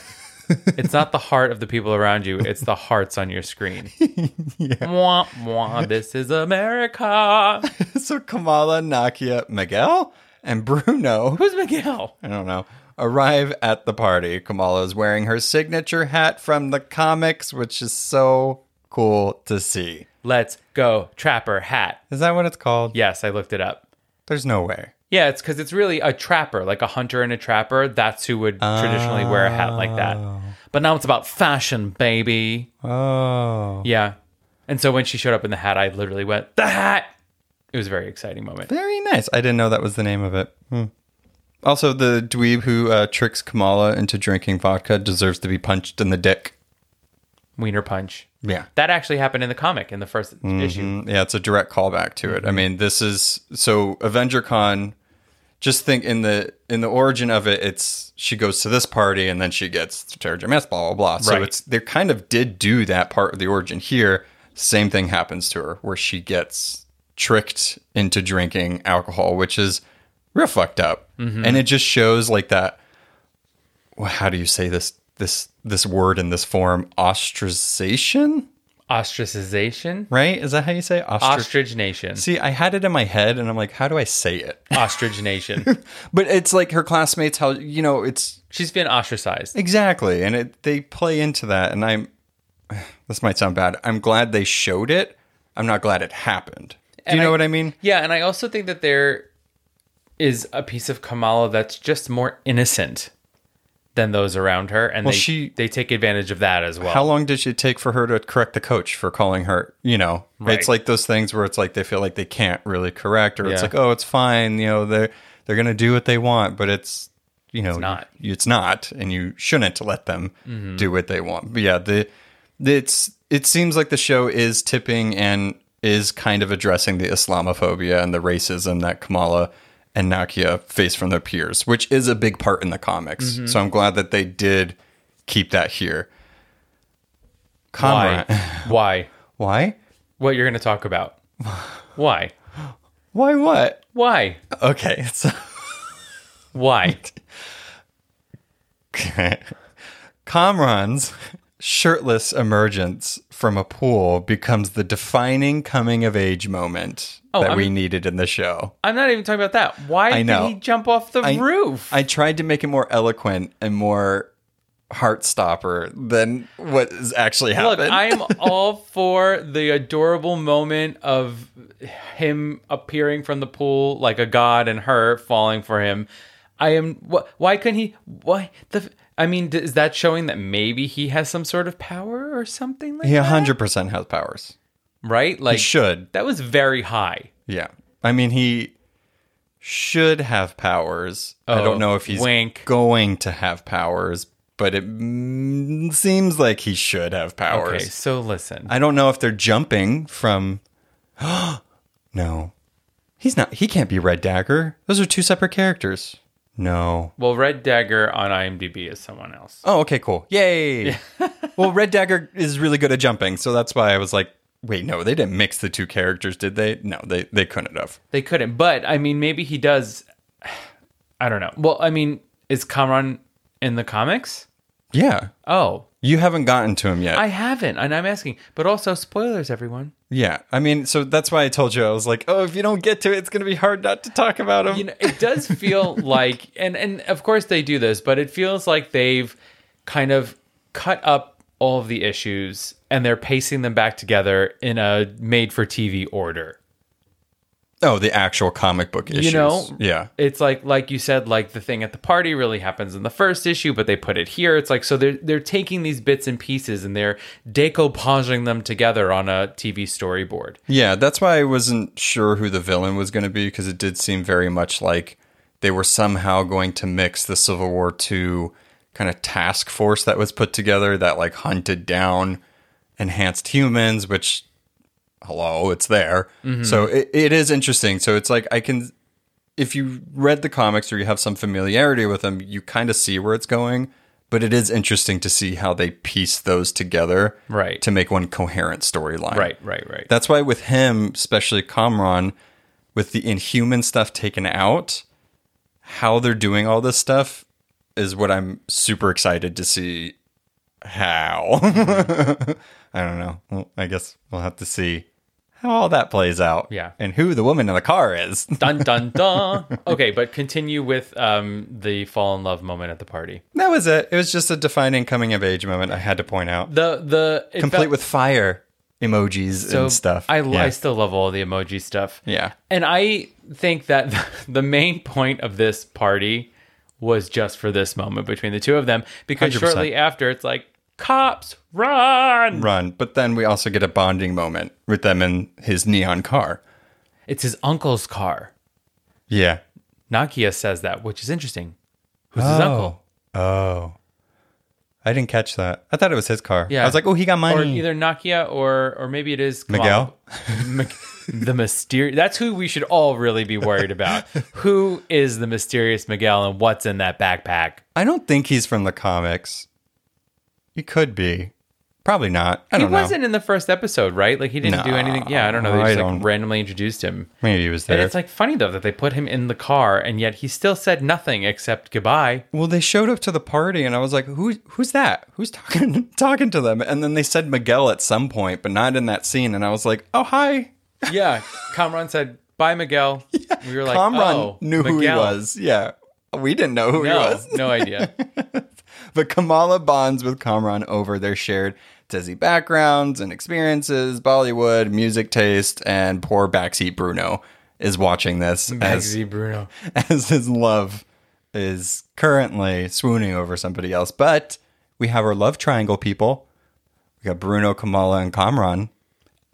Speaker 3: it's not the heart of the people around you, it's the hearts on your screen. Mwah, mwah, this is America.
Speaker 4: so Kamala, Nakia, Miguel, and Bruno,
Speaker 3: Who's Miguel?
Speaker 4: I don't know, arrive at the party. Kamala is wearing her signature hat from the comics, which is so cool to see.
Speaker 3: Let's go, Trapper Hat.
Speaker 4: Is that what it's called?
Speaker 3: Yes, I looked it up.
Speaker 4: There's no way.
Speaker 3: Yeah, it's because it's really a trapper, like a hunter and a trapper. That's who would traditionally wear a hat like that. But now it's about fashion, baby.
Speaker 4: Oh.
Speaker 3: Yeah. And so when she showed up in the hat, I literally went, The hat! It was a very exciting moment.
Speaker 4: Very nice. I didn't know that was the name of it. Hmm. Also, the dweeb who uh, tricks Kamala into drinking vodka deserves to be punched in the dick.
Speaker 3: Wiener punch.
Speaker 4: Yeah.
Speaker 3: That actually happened in the comic in the 1st issue.
Speaker 4: Mm, Yeah, it's a direct callback to it. I mean, this is so Avenger Con. Just think in the in the origin of it, it's she goes to this party and then she gets Terrigen Mass, blah blah blah. So
Speaker 3: Right.
Speaker 4: it's they kind of did do that part of the origin here. Same thing happens to her where she gets tricked into drinking alcohol, which is real fucked up, and it just shows like that. Well, how do you say this this this word in this form? Ostracization,
Speaker 3: Ostracization.
Speaker 4: right? Is that how you say it? Ostrac-
Speaker 3: Ostrich Nation.
Speaker 4: See, I had it in my head, and I'm like, how do I say it?
Speaker 3: Ostrich Nation.
Speaker 4: But it's like her classmates, how you know, it's
Speaker 3: She's been ostracized.
Speaker 4: exactly, and it, they play into that. And I'm, this might sound bad. I'm glad they showed it. I'm not glad it happened. Do you know what I mean?
Speaker 3: Yeah, and I also think that there is a piece of Kamala that's just more innocent than those around her, and they
Speaker 4: she-
Speaker 3: they take advantage of that as well.
Speaker 4: How long did it take for her to correct the coach for calling her? You know,
Speaker 3: Right.
Speaker 4: it's like those things where it's like they feel like they can't really correct, or
Speaker 3: Yeah.
Speaker 4: it's like, oh, it's fine. You know, they're they're gonna do what they want, but it's you know, it's
Speaker 3: not. Mm-hmm.
Speaker 4: It's not, and you shouldn't let them do what they want. But yeah, the it's it seems like the show is tipping and is kind of addressing the Islamophobia and the racism that Kamala and Nakia face from their peers, which is a big part in the comics.
Speaker 3: Mm-hmm.
Speaker 4: So I'm glad that they did keep that here.
Speaker 3: Why?
Speaker 4: Comrade.
Speaker 3: Why?
Speaker 4: Why?
Speaker 3: What you're going to talk about? Why?
Speaker 4: Why what?
Speaker 3: Why?
Speaker 4: Okay. So
Speaker 3: Why?
Speaker 4: Kamran's shirtless emergence from a pool becomes the defining coming of age moment that
Speaker 3: I'm-
Speaker 4: we needed in the show.
Speaker 3: I'm not even talking about that. Why
Speaker 4: know.
Speaker 3: did he jump off the
Speaker 4: I-
Speaker 3: roof?
Speaker 4: I tried to make it more eloquent and more heart stopper than what is actually
Speaker 3: Look,
Speaker 4: happened.
Speaker 3: I am all for the adorable moment of him appearing from the pool like a god and her falling for him. I am. Wh- why couldn't he? Why the? I mean, d- is that showing that maybe he has some sort of power or something like
Speaker 4: he
Speaker 3: that?
Speaker 4: 100% has powers.
Speaker 3: Right? Like
Speaker 4: He should.
Speaker 3: That was very high.
Speaker 4: Yeah. I mean, he should have powers. I
Speaker 3: Oh,
Speaker 4: don't know if he's
Speaker 3: wink.
Speaker 4: going to have powers, but it mm, seems like he should have powers.
Speaker 3: Okay, so listen.
Speaker 4: I don't know if they're jumping from. no. He's not. He can't be Red Dagger. Those are two separate characters. No.
Speaker 3: well, Red Dagger on IMDb is someone else.
Speaker 4: Oh, okay, cool. Yay. well, Red Dagger is really good at jumping, so that's why I was like, wait, no, they didn't mix the two characters, did they? No, they, they couldn't have.
Speaker 3: They couldn't. But I mean, maybe he does. I don't know. Well, I mean, is Kamran in the comics?
Speaker 4: Yeah.
Speaker 3: Oh,
Speaker 4: You haven't gotten to him yet.
Speaker 3: I haven't, and I'm asking. But also, spoilers, everyone.
Speaker 4: Yeah, I mean, so that's why I told you I was like, oh, if you don't get to it, it's gonna be hard not to talk about him.
Speaker 3: You know, it does feel like, and and of course they do this, but it feels like they've kind of cut up all of the issues and they're pacing them back together in a made-for-TV order.
Speaker 4: oh, the actual comic book issues.
Speaker 3: You know,
Speaker 4: yeah,
Speaker 3: It's like like you said, like the thing at the party really happens in the first issue, but they put it here. It's like so they're they're taking these bits and pieces and they're decoupaging them together on a TV storyboard.
Speaker 4: yeah. That's why I wasn't sure who the villain was gonna be because it did seem very much like they were somehow going to mix the Civil War II kind of task force that was put together that like hunted down enhanced humans, which hello, it's there.
Speaker 3: Mm-hmm.
Speaker 4: So it, it is interesting. So it's like I can if you read the comics or you have some familiarity with them, you kind of see where it's going. But it is interesting to see how they piece those together,
Speaker 3: Right.
Speaker 4: to make one coherent storyline.
Speaker 3: Right, right, right.
Speaker 4: That's why with him, especially Kamran, with the Inhuman stuff taken out, how they're doing all this stuff is what I'm super excited to see. How I don't know. Well, I guess we'll have to see how all that plays out.
Speaker 3: Yeah.
Speaker 4: and who the woman in the car is.
Speaker 3: dun dun dun. okay, but continue with um, the fall in love moment at the party.
Speaker 4: That was it. It was just a defining coming of age moment I had to point out.
Speaker 3: The the it
Speaker 4: Complete
Speaker 3: felt-
Speaker 4: with fire emojis
Speaker 3: so
Speaker 4: and stuff.
Speaker 3: I
Speaker 4: yeah.
Speaker 3: I still love all the emoji stuff.
Speaker 4: yeah.
Speaker 3: And I think that the main point of this party was just for this moment between the two of them because
Speaker 4: 100%.
Speaker 3: shortly after it's like cops run.
Speaker 4: Run. But then we also get a bonding moment with them in his neon car.
Speaker 3: It's his uncle's car.
Speaker 4: Yeah.
Speaker 3: Nakia says that, which is interesting. Who's his uncle?
Speaker 4: Oh. I didn't catch that. I thought it was his car.
Speaker 3: Yeah.
Speaker 4: I was like, oh, he
Speaker 3: Or
Speaker 4: got money.
Speaker 3: either Nakia or or maybe it is
Speaker 4: Miguel?
Speaker 3: Kamala. Mig- the mysterious. That's who we should all really be worried about. who is the mysterious Miguel and what's in that backpack?
Speaker 4: I don't think he's from the comics. He could be. Probably not. I
Speaker 3: He
Speaker 4: don't know.
Speaker 3: wasn't in the first episode, right? Like he didn't do
Speaker 4: Nah,
Speaker 3: anything. Yeah, I don't know. They
Speaker 4: I
Speaker 3: just
Speaker 4: don't-
Speaker 3: like randomly introduced him.
Speaker 4: Maybe he was
Speaker 3: And
Speaker 4: there.
Speaker 3: it's like funny though that they put him in the car and yet he still said nothing except goodbye.
Speaker 4: well, they showed up to the party, and I was like, "Who? Who's that? Who's talking talking to them?" And then they said Miguel at some point, but not in that scene. And I was like, "Oh, hi."
Speaker 3: Yeah, Kamran said bye, Miguel. We were like,
Speaker 4: Kamran
Speaker 3: oh,
Speaker 4: knew who he
Speaker 3: Miguel.
Speaker 4: was. Yeah, we didn't know who he
Speaker 3: No,
Speaker 4: was.
Speaker 3: no idea.
Speaker 4: But Kamala bonds with Kamran over their shared dizzy backgrounds and experiences, Bollywood, music taste, and poor backseat Bruno is watching this as,
Speaker 3: Maxi Bruno.
Speaker 4: as his love is currently swooning over somebody else. But we have our love triangle people. We got Bruno, Kamala, and Kamran.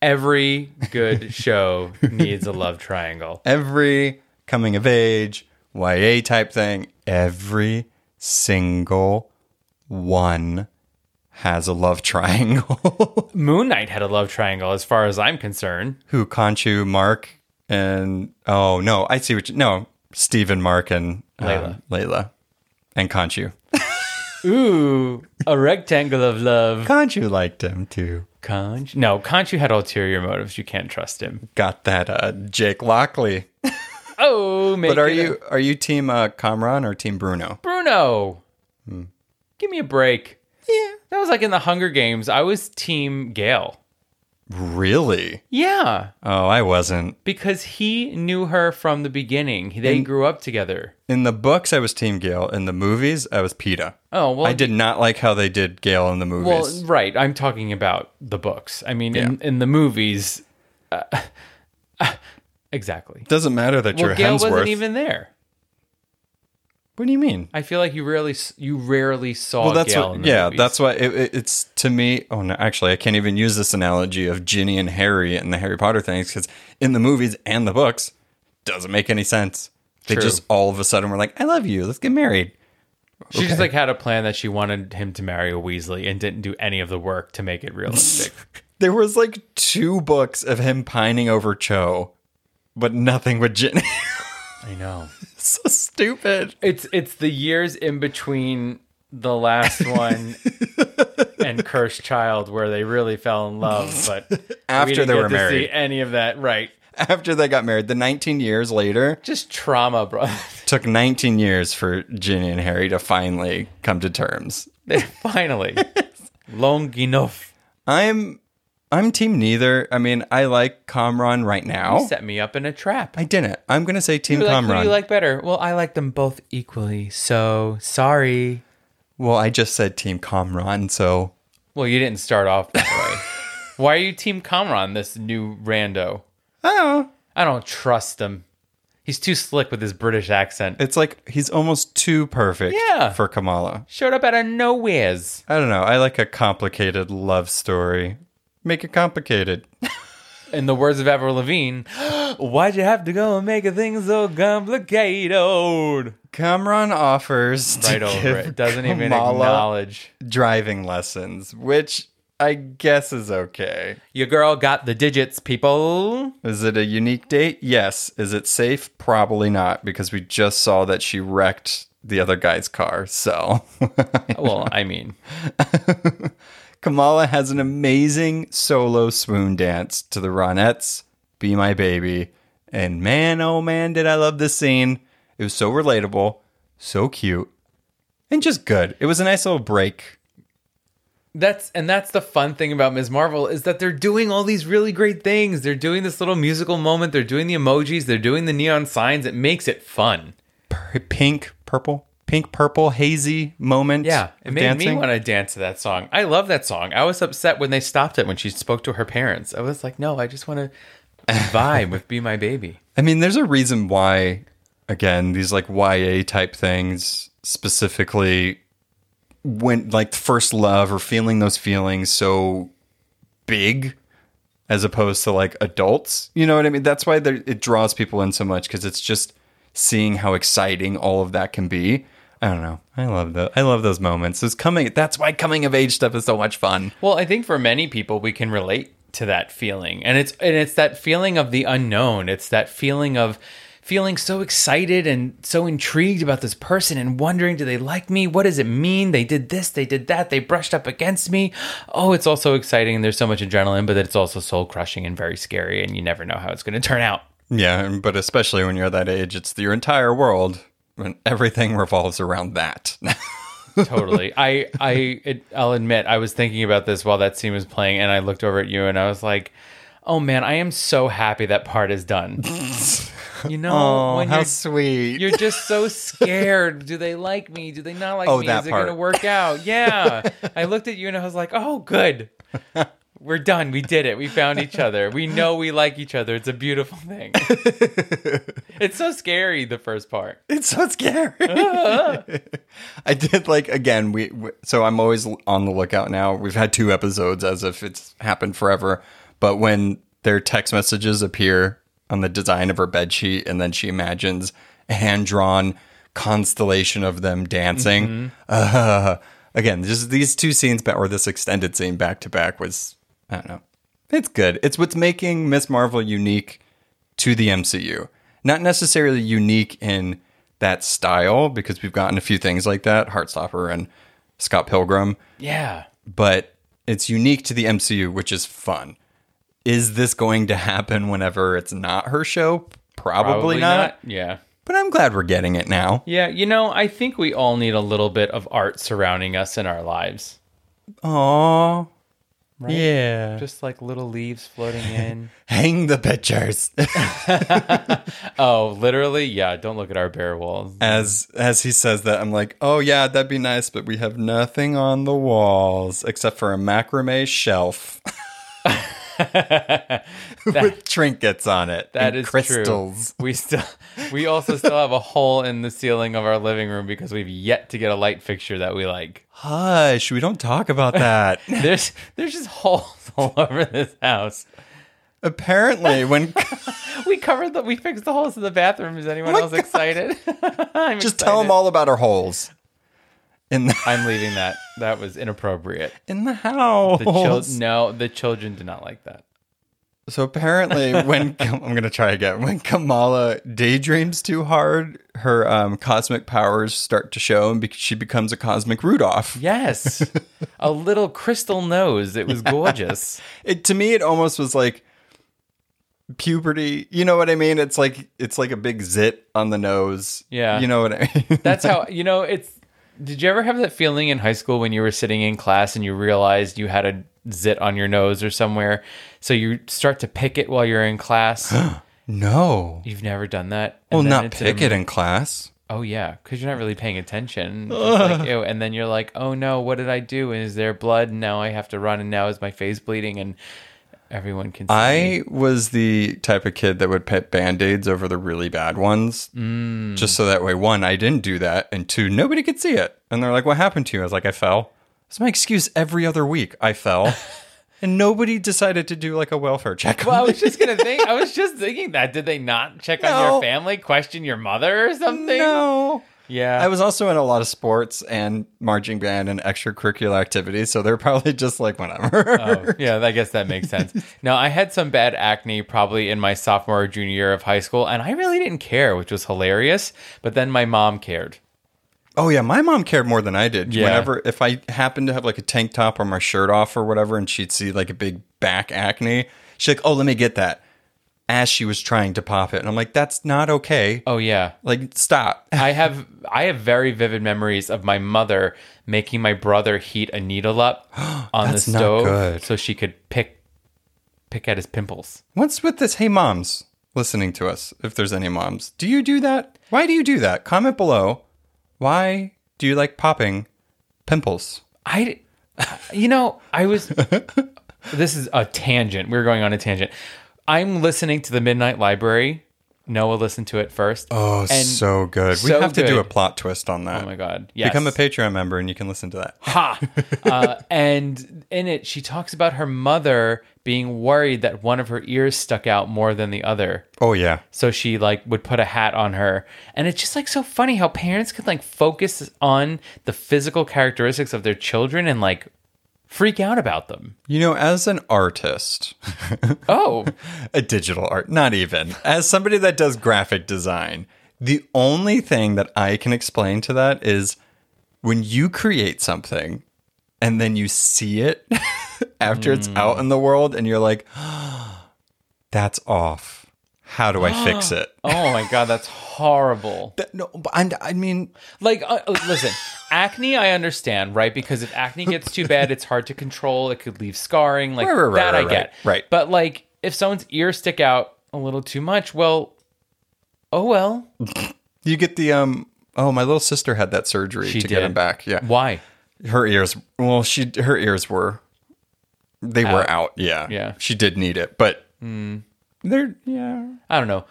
Speaker 3: Every good show needs a love triangle.
Speaker 4: Every coming of age, YA type thing, every single one has a love triangle.
Speaker 3: Moon Knight had a love triangle, as far as I'm concerned.
Speaker 4: who Conchu, Mark, and oh no, I see what you no Stephen, Mark, and uh,
Speaker 3: Layla.
Speaker 4: Layla, and Conchu.
Speaker 3: Ooh, a rectangle of love.
Speaker 4: Conchu liked him too.
Speaker 3: Conch? No, Conchu had ulterior motives. You can't trust him.
Speaker 4: Got that uh, Jake Lockley.
Speaker 3: Oh, make
Speaker 4: But are
Speaker 3: it a-
Speaker 4: you are you team uh, Kamran or team Bruno?
Speaker 3: Bruno? Give me a break.
Speaker 4: Hmm. Yeah,
Speaker 3: That was like in the Hunger Games. I was Team Gale.
Speaker 4: really.
Speaker 3: Yeah,
Speaker 4: Oh, I wasn't
Speaker 3: because he knew her from the beginning. They grew up together.
Speaker 4: in the books. I was team Gale. In the movies, I was Peta.
Speaker 3: Oh well,
Speaker 4: I did not like how they did Gale in the
Speaker 3: Well,
Speaker 4: movies.
Speaker 3: right. I'm talking about the books. I mean, in, in the movies, uh, exactly.
Speaker 4: Doesn't matter that
Speaker 3: Well,
Speaker 4: you're
Speaker 3: Gail
Speaker 4: Hemsworth.
Speaker 3: wasn't even there.
Speaker 4: what do you mean?
Speaker 3: I feel like you rarely s- you rarely saw.
Speaker 4: well, that's
Speaker 3: Gale
Speaker 4: what,
Speaker 3: in the
Speaker 4: yeah,
Speaker 3: movies.
Speaker 4: that's why it, it- it's to me. Oh no, actually, I can't even use this analogy of Ginny and Harry and the Harry Potter things because in the movies and the books, doesn't make any sense. They
Speaker 3: True.
Speaker 4: just all of a sudden were like, "I love you, let's get married."
Speaker 3: she just like had a plan that she wanted him to marry a Weasley and didn't do any of the work to make it realistic.
Speaker 4: There was like two books of him pining over Cho, but nothing with Ginny.
Speaker 3: I know.
Speaker 4: so stupid.
Speaker 3: It's it's the years in between the last one and Cursed Child where they really fell in love, but we
Speaker 4: After
Speaker 3: didn't
Speaker 4: they
Speaker 3: get
Speaker 4: were
Speaker 3: to see
Speaker 4: married.
Speaker 3: any of that right?
Speaker 4: After they got married, the 19 years later
Speaker 3: Just trauma, bro.
Speaker 4: took 19 years for Ginny and Harry to finally come to terms.
Speaker 3: Finally, long enough.
Speaker 4: I'm I'm team neither. I mean, I like Kamran right
Speaker 3: You
Speaker 4: now.
Speaker 3: set me up in a trap.
Speaker 4: I didn't. I'm gonna say team
Speaker 3: You're like, who do
Speaker 4: Kamran.
Speaker 3: you like better? Well, I like them both equally. So sorry.
Speaker 4: well, I just said team Kamran, so
Speaker 3: Well, you didn't start off that way. Why are you Team Kamran, this new rando?
Speaker 4: oh,
Speaker 3: I don't trust him. He's too slick with his British accent.
Speaker 4: it's like he's almost too perfect.
Speaker 3: Yeah.
Speaker 4: for Kamala.
Speaker 3: Showed up out of nowheres.
Speaker 4: I don't know. I like a complicated love story. Make it complicated.
Speaker 3: In the words of Avril Lavigne, why'd you have to go and make a thing so complicated?
Speaker 4: Kamran offers to
Speaker 3: Right over
Speaker 4: give
Speaker 3: it. Doesn't even
Speaker 4: Kamala
Speaker 3: acknowledge.
Speaker 4: driving lessons, which I guess is okay.
Speaker 3: Your girl got the digits, people.
Speaker 4: Is it a unique date? Yes. Is it safe? Probably not, because we just saw that she wrecked the other guy's car. So
Speaker 3: Well, I mean,
Speaker 4: Kamala has an amazing solo swoon dance to the Ronettes, Be My Baby. And man, oh man, did I love this scene. It was so relatable, so cute, and just good. It was a nice little break.
Speaker 3: That's and that's the fun thing about Ms. Marvel is that they're doing all these really great things. They're doing this little musical moment, they're doing the emojis, they're doing the neon signs. It makes it fun.
Speaker 4: Pur- Pink, purple, pink, purple, hazy moment.
Speaker 3: it made me want to dance to that song. I love that song. I was upset when they stopped it when she spoke to her parents. I was like, "No, I just want to vibe with Be My Baby."
Speaker 4: I mean, there's a reason why, again, these like YA type things specifically when like first love or feeling those feelings so big as opposed to like adults. You know what I mean? That's why they're- it draws people in so much because it's just seeing how exciting all of that can be. I don't know. I love the I love those moments. It's coming. That's why coming of age stuff is so much fun.
Speaker 3: Well, I think for many people we can relate to that feeling. And it's and it's that feeling of the unknown. It's that feeling of feeling so excited and so intrigued about this person and wondering do they like me? What does it mean? They did this, they did that, they brushed up against me. Oh, it's all so exciting and there's so much adrenaline, but it's also soul crushing and very scary and you never know how it's going to turn out.
Speaker 4: Yeah, and- but especially when you're that age, it's your entire world, and everything revolves around that.
Speaker 3: totally. I I it, I'll admit I was thinking about this while that scene was playing, and I looked over at you and I was like, "Oh man, I am so happy that part is done." you know, when you're,
Speaker 4: Oh, sweet!
Speaker 3: you're just so scared. Do they like me? Do they not like
Speaker 4: Oh,
Speaker 3: me?
Speaker 4: that
Speaker 3: Is it
Speaker 4: part.
Speaker 3: gonna work out? Yeah. I looked at you and I was like, "Oh, good." We're done. We did it. We found each other. We know we like each other. It's a beautiful thing. it's so scary, the first part.
Speaker 4: It's so scary.
Speaker 3: Uh-huh.
Speaker 4: I did like again. We we- so I'm always l- on the lookout now. We've had two episodes as if it's happened forever. But when their text messages appear on the design of her bed sheet, and then she imagines a hand drawn constellation of them dancing.
Speaker 3: Mm-hmm.
Speaker 4: Uh, again, just these two scenes, ba- or this extended scene back to back was I don't know. It's good. It's what's making Miss Marvel unique to the MCU. Not necessarily unique in that style because we've gotten a few things like that, Heartstopper and Scott Pilgrim,
Speaker 3: Yeah.
Speaker 4: but it's unique to the MCU, which is fun. Is this going to happen whenever it's not her show? Probably, not,
Speaker 3: Yeah.
Speaker 4: But I'm glad we're getting it now.
Speaker 3: Yeah, you know, I think we all need a little bit of art surrounding us in our lives.
Speaker 4: Aww. Yeah.
Speaker 3: Just like little leaves floating in.
Speaker 4: Hang the pictures.
Speaker 3: oh, literally? Yeah, don't look at our bare walls.
Speaker 4: as as he says that i'm like oh yeah that'd be nice but we have nothing on the walls except for a macrame shelf with trinkets on it
Speaker 3: That
Speaker 4: and
Speaker 3: is
Speaker 4: crystals
Speaker 3: true. We still we also still have a hole in the ceiling of our living room because we've yet to get a light fixture that we like.
Speaker 4: hush we don't talk about that
Speaker 3: There's there's just holes all over this house.
Speaker 4: apparently when
Speaker 3: We covered the we fixed the holes in the bathroom. Is anyone else excited? I'm
Speaker 4: Oh just tell them
Speaker 3: excited.
Speaker 4: all about our holes in the,
Speaker 3: I'm leaving that. That was inappropriate.
Speaker 4: in the house
Speaker 3: The chil- no, the children did not like that.
Speaker 4: So apparently, when I'm gonna try again, when Kamala daydreams too hard, her um, cosmic powers start to show, and be- she becomes a cosmic Rudolph.
Speaker 3: Yes. a little crystal nose. It was gorgeous.
Speaker 4: It to me, it almost was like puberty. You know what I mean? It's like it's like a big zit on the nose.
Speaker 3: Yeah.
Speaker 4: you know what I mean.
Speaker 3: That's how, you know, it's. Did you ever have that feeling in high school when you were sitting in class and you realized you had a zit on your nose or somewhere? So you start to pick it while you're in class.
Speaker 4: no.
Speaker 3: You've never done that. And
Speaker 4: Well,
Speaker 3: then
Speaker 4: not
Speaker 3: it's an
Speaker 4: pick it
Speaker 3: em-
Speaker 4: in class.
Speaker 3: Oh, yeah. Because you're not really paying attention. It's like, ew, and then you're like, oh no, what did I do? And is there blood? And now I have to run. And now is my face bleeding? And everyone can see. me.
Speaker 4: I was the type of kid that would put band aids over the really bad ones.
Speaker 3: Mm.
Speaker 4: Just so that way, one, I didn't do that. And two, nobody could see it. And they're like, what happened to you? I was like, I fell. It's my excuse every other week. I fell. and nobody decided to do like a welfare check.
Speaker 3: Well, I
Speaker 4: on me.
Speaker 3: was just gonna think. I was just thinking that. Did they not check on
Speaker 4: No.
Speaker 3: your family? Question your mother or something?
Speaker 4: no.
Speaker 3: Yeah.
Speaker 4: I was also in a lot of sports and marching band and extracurricular activities. So they're probably just like, whatever.
Speaker 3: Oh, yeah, I guess that makes sense. Now, I had some bad acne probably in my sophomore or junior year of high school, and I really didn't care, which was hilarious. But then my mom cared.
Speaker 4: Oh yeah, my mom cared more than I did.
Speaker 3: Yeah.
Speaker 4: Whenever if I happened to have like a tank top or my shirt off or whatever, and she'd see like a big back acne, she's like, "Oh, let me get that." As she was trying to pop it, and I'm like, "That's not okay.
Speaker 3: Oh yeah,
Speaker 4: Like, stop."
Speaker 3: I have I have very vivid memories of my mother making my brother heat a needle up on the
Speaker 4: That's not
Speaker 3: stove
Speaker 4: good.
Speaker 3: so she could pick pick at his pimples.
Speaker 4: What's with this? Hey, moms, listening to us, if there's any moms, do you do that? Why do you do that? Comment below. Why do you like popping pimples?
Speaker 3: I, you know, I was. this is a tangent. We're going on a tangent. I'm listening to the Midnight Library Noah listened to it first.
Speaker 4: Oh,
Speaker 3: And
Speaker 4: so good. we
Speaker 3: so
Speaker 4: have to do
Speaker 3: good.
Speaker 4: a plot twist on that.
Speaker 3: Oh my god! Yes.
Speaker 4: Become a Patreon member and you can listen to that.
Speaker 3: Ha! Uh, and in it, she talks about her mother being worried that one of her ears stuck out more than the other.
Speaker 4: Oh yeah.
Speaker 3: So she like would put a hat on her. And it's just like so funny how parents could like focus on the physical characteristics of their children and like freak out about them.
Speaker 4: You know, as an artist,
Speaker 3: Oh,
Speaker 4: a digital art, not even, as somebody that does graphic design, the only thing that I can explain to that is when you create something and then you see it after
Speaker 3: Hmm.
Speaker 4: it's out in the world and you're like, that's off. How do I fix it?
Speaker 3: oh my god, that's horrible.
Speaker 4: That- No, but I'm, I mean,
Speaker 3: Like, uh, uh, listen, acne, I understand, right? Because if acne gets too bad, it's hard to control. It could leave scarring. Like
Speaker 4: Right, right, right,
Speaker 3: that, I
Speaker 4: right,
Speaker 3: get.
Speaker 4: right, right.
Speaker 3: But like, if someone's ears stick out a little too much, well, oh well.
Speaker 4: you get the, um, oh, my little sister had that surgery
Speaker 3: She
Speaker 4: to
Speaker 3: did.
Speaker 4: get him back. Yeah.
Speaker 3: Why?
Speaker 4: her ears well she her ears were they were out yeah
Speaker 3: Yeah. Mm.
Speaker 4: she did need it but they're yeah
Speaker 3: I don't know.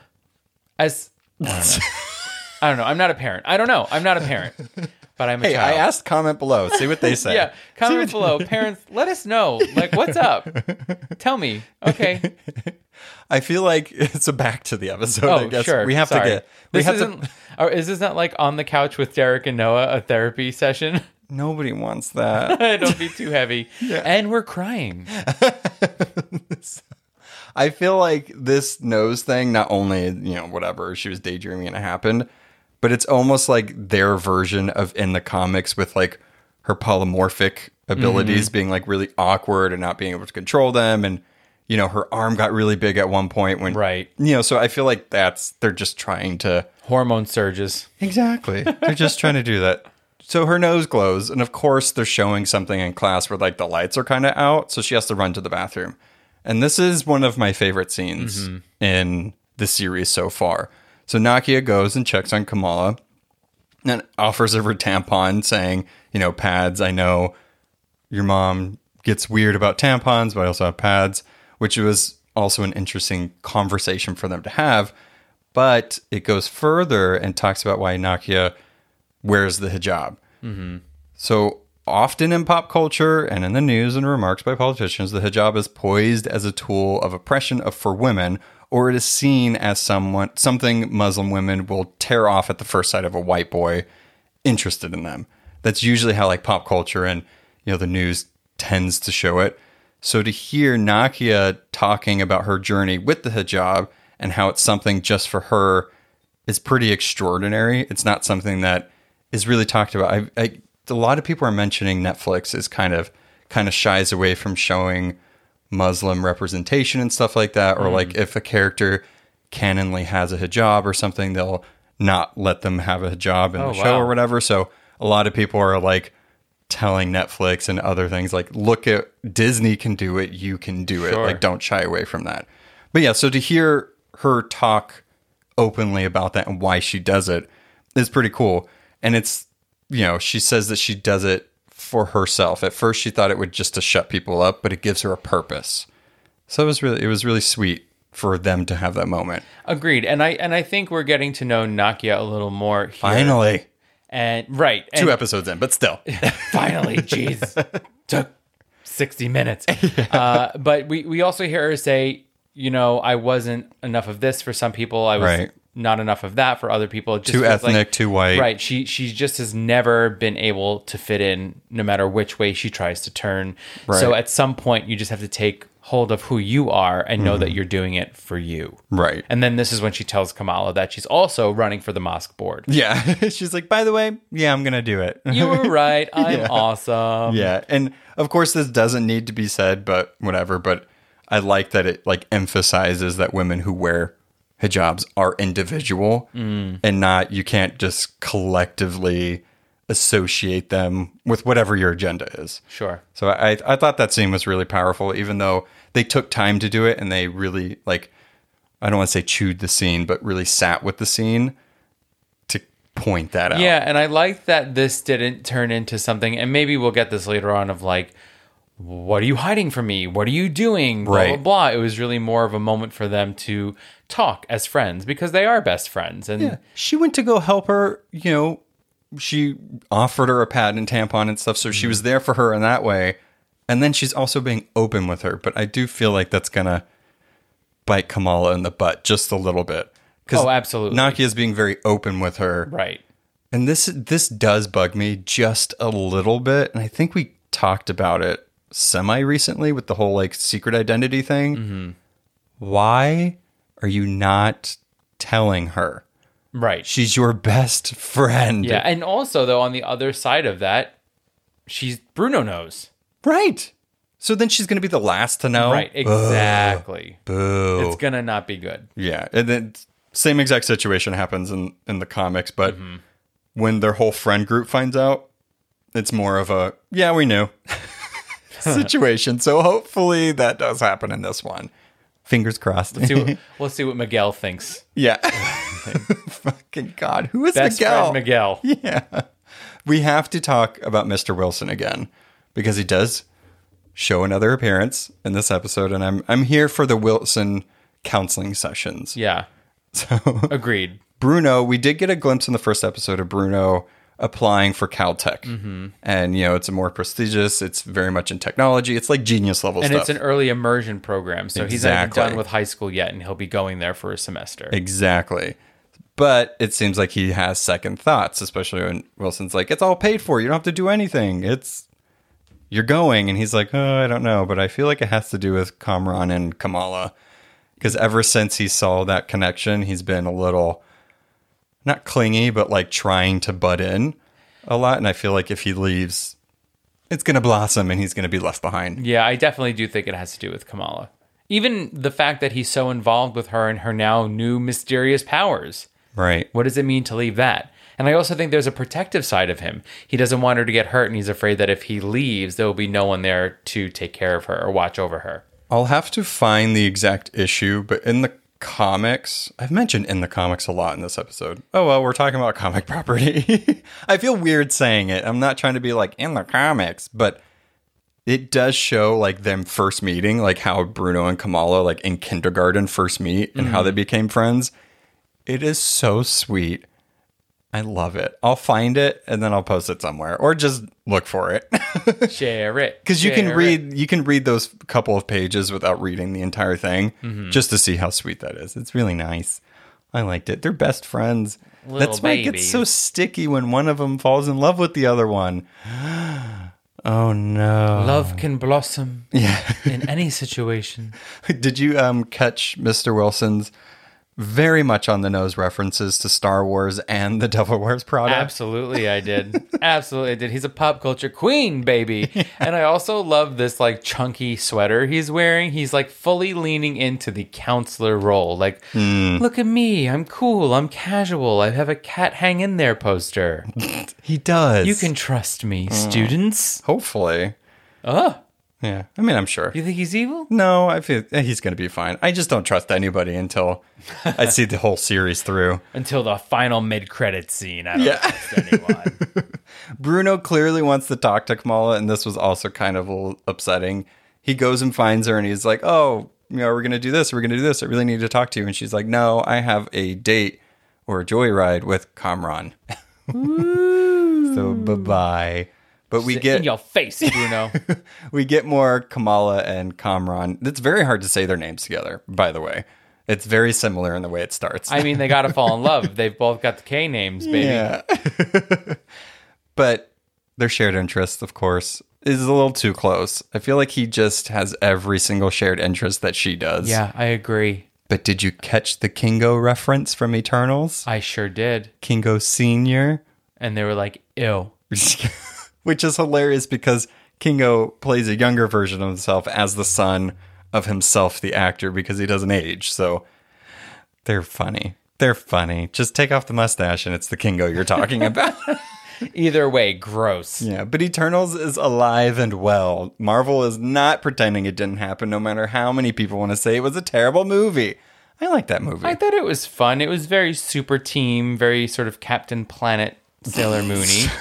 Speaker 3: As I don't know. I'm not a parent. I don't know. I'm not a parent. But I'm a
Speaker 4: hey i
Speaker 3: child.
Speaker 4: asked comment below see what they say
Speaker 3: yeah, comment below, parents. Let us know. Like, what's up? Tell me. Okay.
Speaker 4: i feel like it's a back to the episode i
Speaker 3: Oh,
Speaker 4: guess
Speaker 3: sure.
Speaker 4: we have
Speaker 3: Sorry.
Speaker 4: to get we
Speaker 3: this
Speaker 4: have
Speaker 3: isn't.
Speaker 4: to
Speaker 3: Or is this not like on the couch with Derek and Noah a therapy session?
Speaker 4: nobody wants that
Speaker 3: Don't be too heavy. And we're crying.
Speaker 4: i feel like this nose thing not only you know whatever she was daydreaming and it happened but it's almost like their version of in the comics with like her polymorphic abilities being like really awkward and not being able to control them and you know her arm got really big at one point when
Speaker 3: Right.
Speaker 4: you know so i feel like that's they're just trying to
Speaker 3: Hormone surges.
Speaker 4: exactly they're just trying to do that so her nose glows and of course they're showing something in class where like the lights are kind of out so she has to run to the bathroom and this is one of my favorite scenes in the series so far so nakia goes and checks on kamala and offers her a tampon saying, you know, pads, I know your mom gets weird about tampons, but I also have pads, which was also an interesting conversation for them to have. But it goes further and talks about why Nakia wears the hijab. So often in pop culture and in the news and remarks by politicians, the hijab is poised as a tool of oppression of, for women, or it is seen as someone something Muslim women will tear off at the first sight of a white boy interested in them. That's usually how like pop culture and you know the news tends to show it. So to hear Nakia talking about her journey with the hijab and how it's something just for her is pretty extraordinary. It's not something that is really talked about. I, I a lot of people are mentioning Netflix is kind of kind of shies away from showing Muslim representation and stuff like that, or like if a character canonly has a hijab or something, they'll not let them have a hijab in the show
Speaker 3: wow.
Speaker 4: or whatever. So a lot of people are like telling Netflix and other things like, look at Disney can do it, you can do it. Like don't shy away from that. But yeah, so to hear her talk openly about that and why she does it is pretty cool. And it's, you know, she says that she does it for herself. At first, she thought it would just to shut people up, but it gives her a purpose. So it was really, it was really sweet for them to have that moment.
Speaker 3: Agreed. And I and I think we're getting to know Nakia a little more here.
Speaker 4: Finally,
Speaker 3: And right.
Speaker 4: two
Speaker 3: And
Speaker 4: episodes in, but still,
Speaker 3: finally, jeez. Took sixty minutes. Uh, but we, we also hear her say, you know, I wasn't enough of this for some people. I was
Speaker 4: Right.
Speaker 3: not enough of that for other people. It just
Speaker 4: too
Speaker 3: feels like-
Speaker 4: ethnic, too white.
Speaker 3: Right. She she just has never been able to fit in no matter which way she tries to turn. So
Speaker 4: Right.
Speaker 3: at some point you just have to take hold of who you are and know
Speaker 4: Mm-hmm.
Speaker 3: that you're doing it for you.
Speaker 4: right.
Speaker 3: And then this is when she tells Kamala that she's also running for the mosque board.
Speaker 4: yeah, she's like, by the way, yeah, I'm gonna do it.
Speaker 3: You were right. I'm awesome.
Speaker 4: Yeah, and of course this doesn't need to be said, but whatever. But I like that it like emphasizes that women who wear hijabs are individual
Speaker 3: Mm.
Speaker 4: and not you can't just collectively associate them with whatever your agenda is.
Speaker 3: Sure.
Speaker 4: So I I thought that scene was really powerful, even though they took time to do it and they really like I don't want to say chewed the scene, but really sat with the scene to point that out.
Speaker 3: Yeah, and I like that this didn't turn into something, and maybe we'll get this later on of like, what are you hiding from me? What are you doing? Blah,
Speaker 4: Right.
Speaker 3: blah, blah. It was really more of a moment for them to talk as friends because they are best friends. And
Speaker 4: Yeah. She went to go help her, you know, she offered her a pad and tampon and stuff, so
Speaker 3: Mm-hmm.
Speaker 4: she was there for her in that way. And then she's also being open with her, but I do feel like that's gonna bite Kamala in the butt just a little bit. Because
Speaker 3: Oh, absolutely.
Speaker 4: Nakia is being very open with her.
Speaker 3: right.
Speaker 4: And this this does bug me just a little bit, and I think we talked about it semi recently with the whole like secret identity thing.
Speaker 3: Mm-hmm.
Speaker 4: Why are you not telling her?
Speaker 3: Right.
Speaker 4: She's your best friend.
Speaker 3: Yeah, and also though on the other side of that, she's Bruno knows.
Speaker 4: Right. So then she's going to be the last to know.
Speaker 3: Right, exactly.
Speaker 4: Oh. Boo.
Speaker 3: It's gonna not be good.
Speaker 4: Yeah, and then same exact situation happens in in the comics, but
Speaker 3: Mm-hmm.
Speaker 4: when their whole friend group finds out, it's more of a yeah, we knew situation. So hopefully that does happen in this one. Fingers crossed.
Speaker 3: See what, we'll see what Miguel thinks.
Speaker 4: yeah. Fucking God, who is
Speaker 3: Best
Speaker 4: Miguel?
Speaker 3: friend Miguel.
Speaker 4: Yeah. We have to talk about Mr. Wilson again because he does show another appearance in this episode, and I'm I'm here for the Wilson counseling sessions.
Speaker 3: Yeah,
Speaker 4: So
Speaker 3: agreed.
Speaker 4: Bruno, we did get a glimpse in the first episode of Bruno applying for Caltech.
Speaker 3: Mm-hmm.
Speaker 4: And, you know, it's a more prestigious, it's very much in technology. It's like genius level
Speaker 3: And
Speaker 4: stuff.
Speaker 3: it's an early immersion program, so he's not even
Speaker 4: Exactly.
Speaker 3: done with high school yet, and he'll be going there for a semester.
Speaker 4: exactly. But it seems like he has second thoughts, especially when Wilson's like, it's all paid for. You don't have to do anything. It's, you're going. And he's like, oh, I don't know. But I feel like it has to do with Kamran and Kamala. Because ever since he saw that connection, he's been a little, not clingy, but like trying to butt in a lot. And I feel like if he leaves, it's going to blossom and he's going to be left behind.
Speaker 3: Yeah, I definitely do think it has to do with Kamala. Even the fact that he's so involved with her and her now new mysterious powers.
Speaker 4: Right.
Speaker 3: What does it mean to leave that? And I also think there's a protective side of him. He doesn't want her to get hurt, and he's afraid that if he leaves, there will be no one there to take care of her or watch over her.
Speaker 4: I'll have to find the exact issue, but in the comics, I've mentioned in the comics a lot in this episode. Oh, well, we're talking about comic property. I feel weird saying it. I'm not trying to be like in the comics, but it does show like them first meeting, like how Bruno and Kamala, like in kindergarten, first meet and how they became friends. It is so sweet. I love it. I'll find it and then I'll post it somewhere or just look for it.
Speaker 3: Share it.
Speaker 4: because you can
Speaker 3: share it.
Speaker 4: read you can read those couple of pages without reading the entire thing
Speaker 3: Mm-hmm.
Speaker 4: just to see how sweet that is it's really nice i liked it they're best friends
Speaker 3: Little
Speaker 4: that's why it gets so
Speaker 3: babies.
Speaker 4: sticky when one of them falls in love with the other one. Oh no
Speaker 3: Love can blossom in any situation.
Speaker 4: did you um catch mr wilson's very much on the nose references to star wars and the devil wears prada
Speaker 3: Absolutely, I did. Absolutely, I did. He's a pop culture queen, baby. And I also love this like chunky sweater he's wearing. He's like fully leaning into the counselor role. Like,
Speaker 4: Hmm.
Speaker 3: look at me. I'm cool. I'm casual. I have a cat hang in there poster.
Speaker 4: he does
Speaker 3: You can trust
Speaker 4: Hmm.
Speaker 3: me, students.
Speaker 4: hopefully
Speaker 3: Oh,
Speaker 4: yeah i mean i'm sure
Speaker 3: you think he's evil?
Speaker 4: No, I feel eh, he's going to be fine. I just don't trust anybody until I see the whole series through.
Speaker 3: Until the final mid credit scene. I don't trust anyone.
Speaker 4: Bruno clearly wants to talk to Kamala, and this was also kind of a little upsetting. He goes and finds her, and he's like, "Oh, you know, we're going to do this. We're going to do this. I really need to talk to you." And she's like, "No, I have a date or a joyride with Kamran." so bye bye. But we
Speaker 3: in
Speaker 4: get
Speaker 3: your face, Bruno.
Speaker 4: we get more Kamala and Kamran. It's very hard to say their names together, by the way. It's very similar in the way it starts.
Speaker 3: I mean, they gotta fall in love. They've both got the K names, baby.
Speaker 4: Yeah. but their shared interest, of course, is a little too close. I feel like he just has every single shared interest that she does.
Speaker 3: yeah I agree.
Speaker 4: But did you catch the Kingo reference from Eternals?
Speaker 3: I sure did.
Speaker 4: Kingo Sr.
Speaker 3: And they were like, ew.
Speaker 4: Which is hilarious because Kingo plays a younger version of himself as the son of himself, the actor, because he doesn't age. So they're funny. They're funny. Just take off the mustache and it's the Kingo you're talking about.
Speaker 3: Either way, gross.
Speaker 4: Yeah, but Eternals is alive and well. Marvel is not pretending it didn't happen, no matter how many people want to say it was a terrible movie. I like that movie.
Speaker 3: I thought it was fun. It was very super team, very sort of Captain Planet Sailor Moony.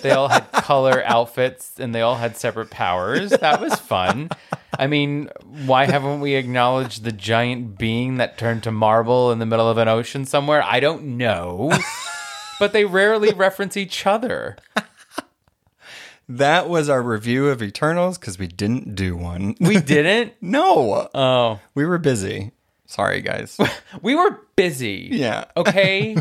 Speaker 3: They all had color outfits and they all had separate powers. That was fun. I mean, why haven't we acknowledged the giant being that turned to marble in the middle of an ocean somewhere? I don't know. but they rarely reference each other.
Speaker 4: That was our review of Eternals because we didn't do one.
Speaker 3: We didn't?
Speaker 4: no,
Speaker 3: Oh.
Speaker 4: we were busy. Sorry, guys.
Speaker 3: We were busy.
Speaker 4: Yeah.
Speaker 3: Okay.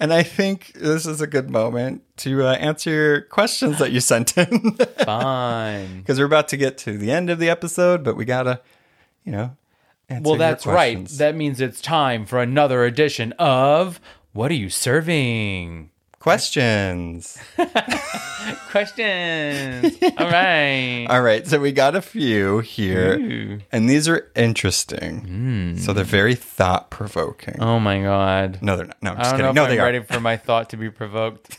Speaker 4: and I think this is a good moment to uh, answer your questions that you sent in
Speaker 3: Fine.
Speaker 4: because we're about to get to the end of the episode, but we gotta, you know. Answer
Speaker 3: Well,
Speaker 4: your
Speaker 3: that's right.
Speaker 4: questions.
Speaker 3: That means it's time for another edition of What Are You Serving?
Speaker 4: questions.
Speaker 3: Questions. All right.
Speaker 4: All right, so we got a few here,
Speaker 3: Ooh. Hmm.
Speaker 4: and these are interesting. So they're very thought provoking.
Speaker 3: Oh my God.
Speaker 4: No, they're not. No, I'm
Speaker 3: I
Speaker 4: just
Speaker 3: don't
Speaker 4: kidding.
Speaker 3: know
Speaker 4: No,
Speaker 3: if
Speaker 4: they
Speaker 3: I'm
Speaker 4: are.
Speaker 3: ready for my thought to be provoked.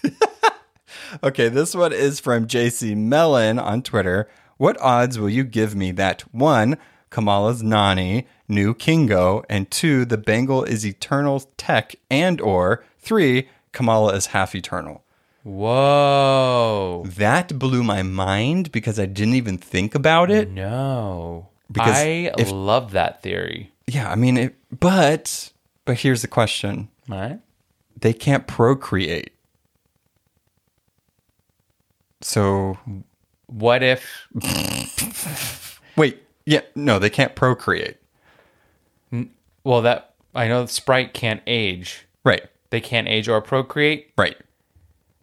Speaker 4: Okay, this one is from JC Mellon on Twitter. What odds will you give me that one, Kamala's Nani, new Kingo, and two, the Bengal is eternal tech and or three, Kamala is half eternal.
Speaker 3: Whoa.
Speaker 4: That blew my mind because I didn't even think about it.
Speaker 3: Mm-hmm. No.
Speaker 4: Because
Speaker 3: I
Speaker 4: if-
Speaker 3: love that theory.
Speaker 4: Yeah, I mean it but but here's the question.
Speaker 3: All right.
Speaker 4: They can't procreate. So
Speaker 3: What if
Speaker 4: wait, yeah, no, they can't procreate.
Speaker 3: well that I know Sprite can't age.
Speaker 4: Right.
Speaker 3: They can't age or procreate.
Speaker 4: Right.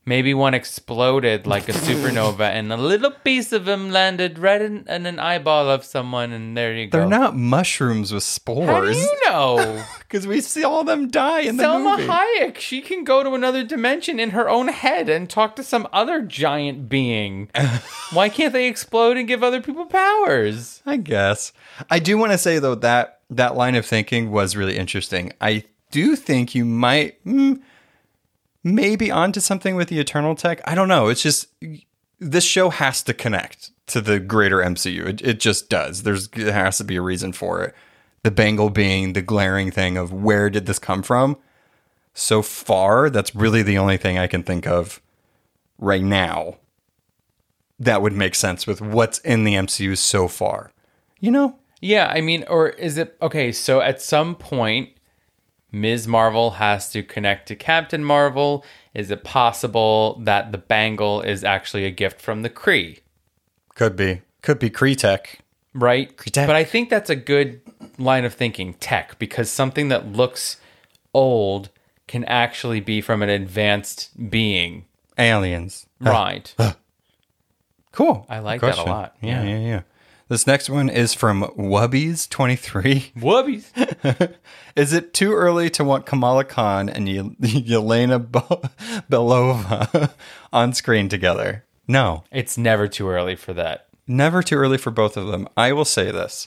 Speaker 3: Maybe one exploded like a supernova, and a little piece of him landed right in, in an eyeball of someone, and there you go.
Speaker 4: They're not mushrooms with
Speaker 3: How do
Speaker 4: spores
Speaker 3: you know?
Speaker 4: because we see all them die in the
Speaker 3: Selma
Speaker 4: movie.
Speaker 3: Hayek, she can go to another dimension in her own head and talk to some other giant being. Why can't they explode and give other people powers?
Speaker 4: I guess. I do want to say though that that line of thinking was really interesting. I do think you might mm, maybe onto something with the Eternal Tech. I don't know. It's just this show has to connect to the greater MCU. It, it just does. There's there has to be a reason for it. The bangle being the glaring thing of where did this come from? So far, that's really the only thing I can think of right now that would make sense with what's in the MCU so far. You know?
Speaker 3: Yeah, I mean, or is it okay? So at some point, Ms. Marvel has to connect to Captain Marvel. Is it possible that the bangle is actually a gift from the Kree?
Speaker 4: Could be. Could be Kree Tech.
Speaker 3: right?
Speaker 4: tech.
Speaker 3: But I think that's a good line of thinking, tech, because something that looks old can actually be from an advanced being,
Speaker 4: Aliens.
Speaker 3: right?
Speaker 4: Cool.
Speaker 3: I
Speaker 4: Good
Speaker 3: like that a
Speaker 4: question.
Speaker 3: lot.
Speaker 4: Yeah, yeah, yeah. This next one is from Wubbies23.
Speaker 3: Whoopies.
Speaker 4: Is it too early to want Kamala Khan and Ye- Yelena Bo- Belova on screen together? No.
Speaker 3: It's never too early for that.
Speaker 4: never too early for both of them. I will say this.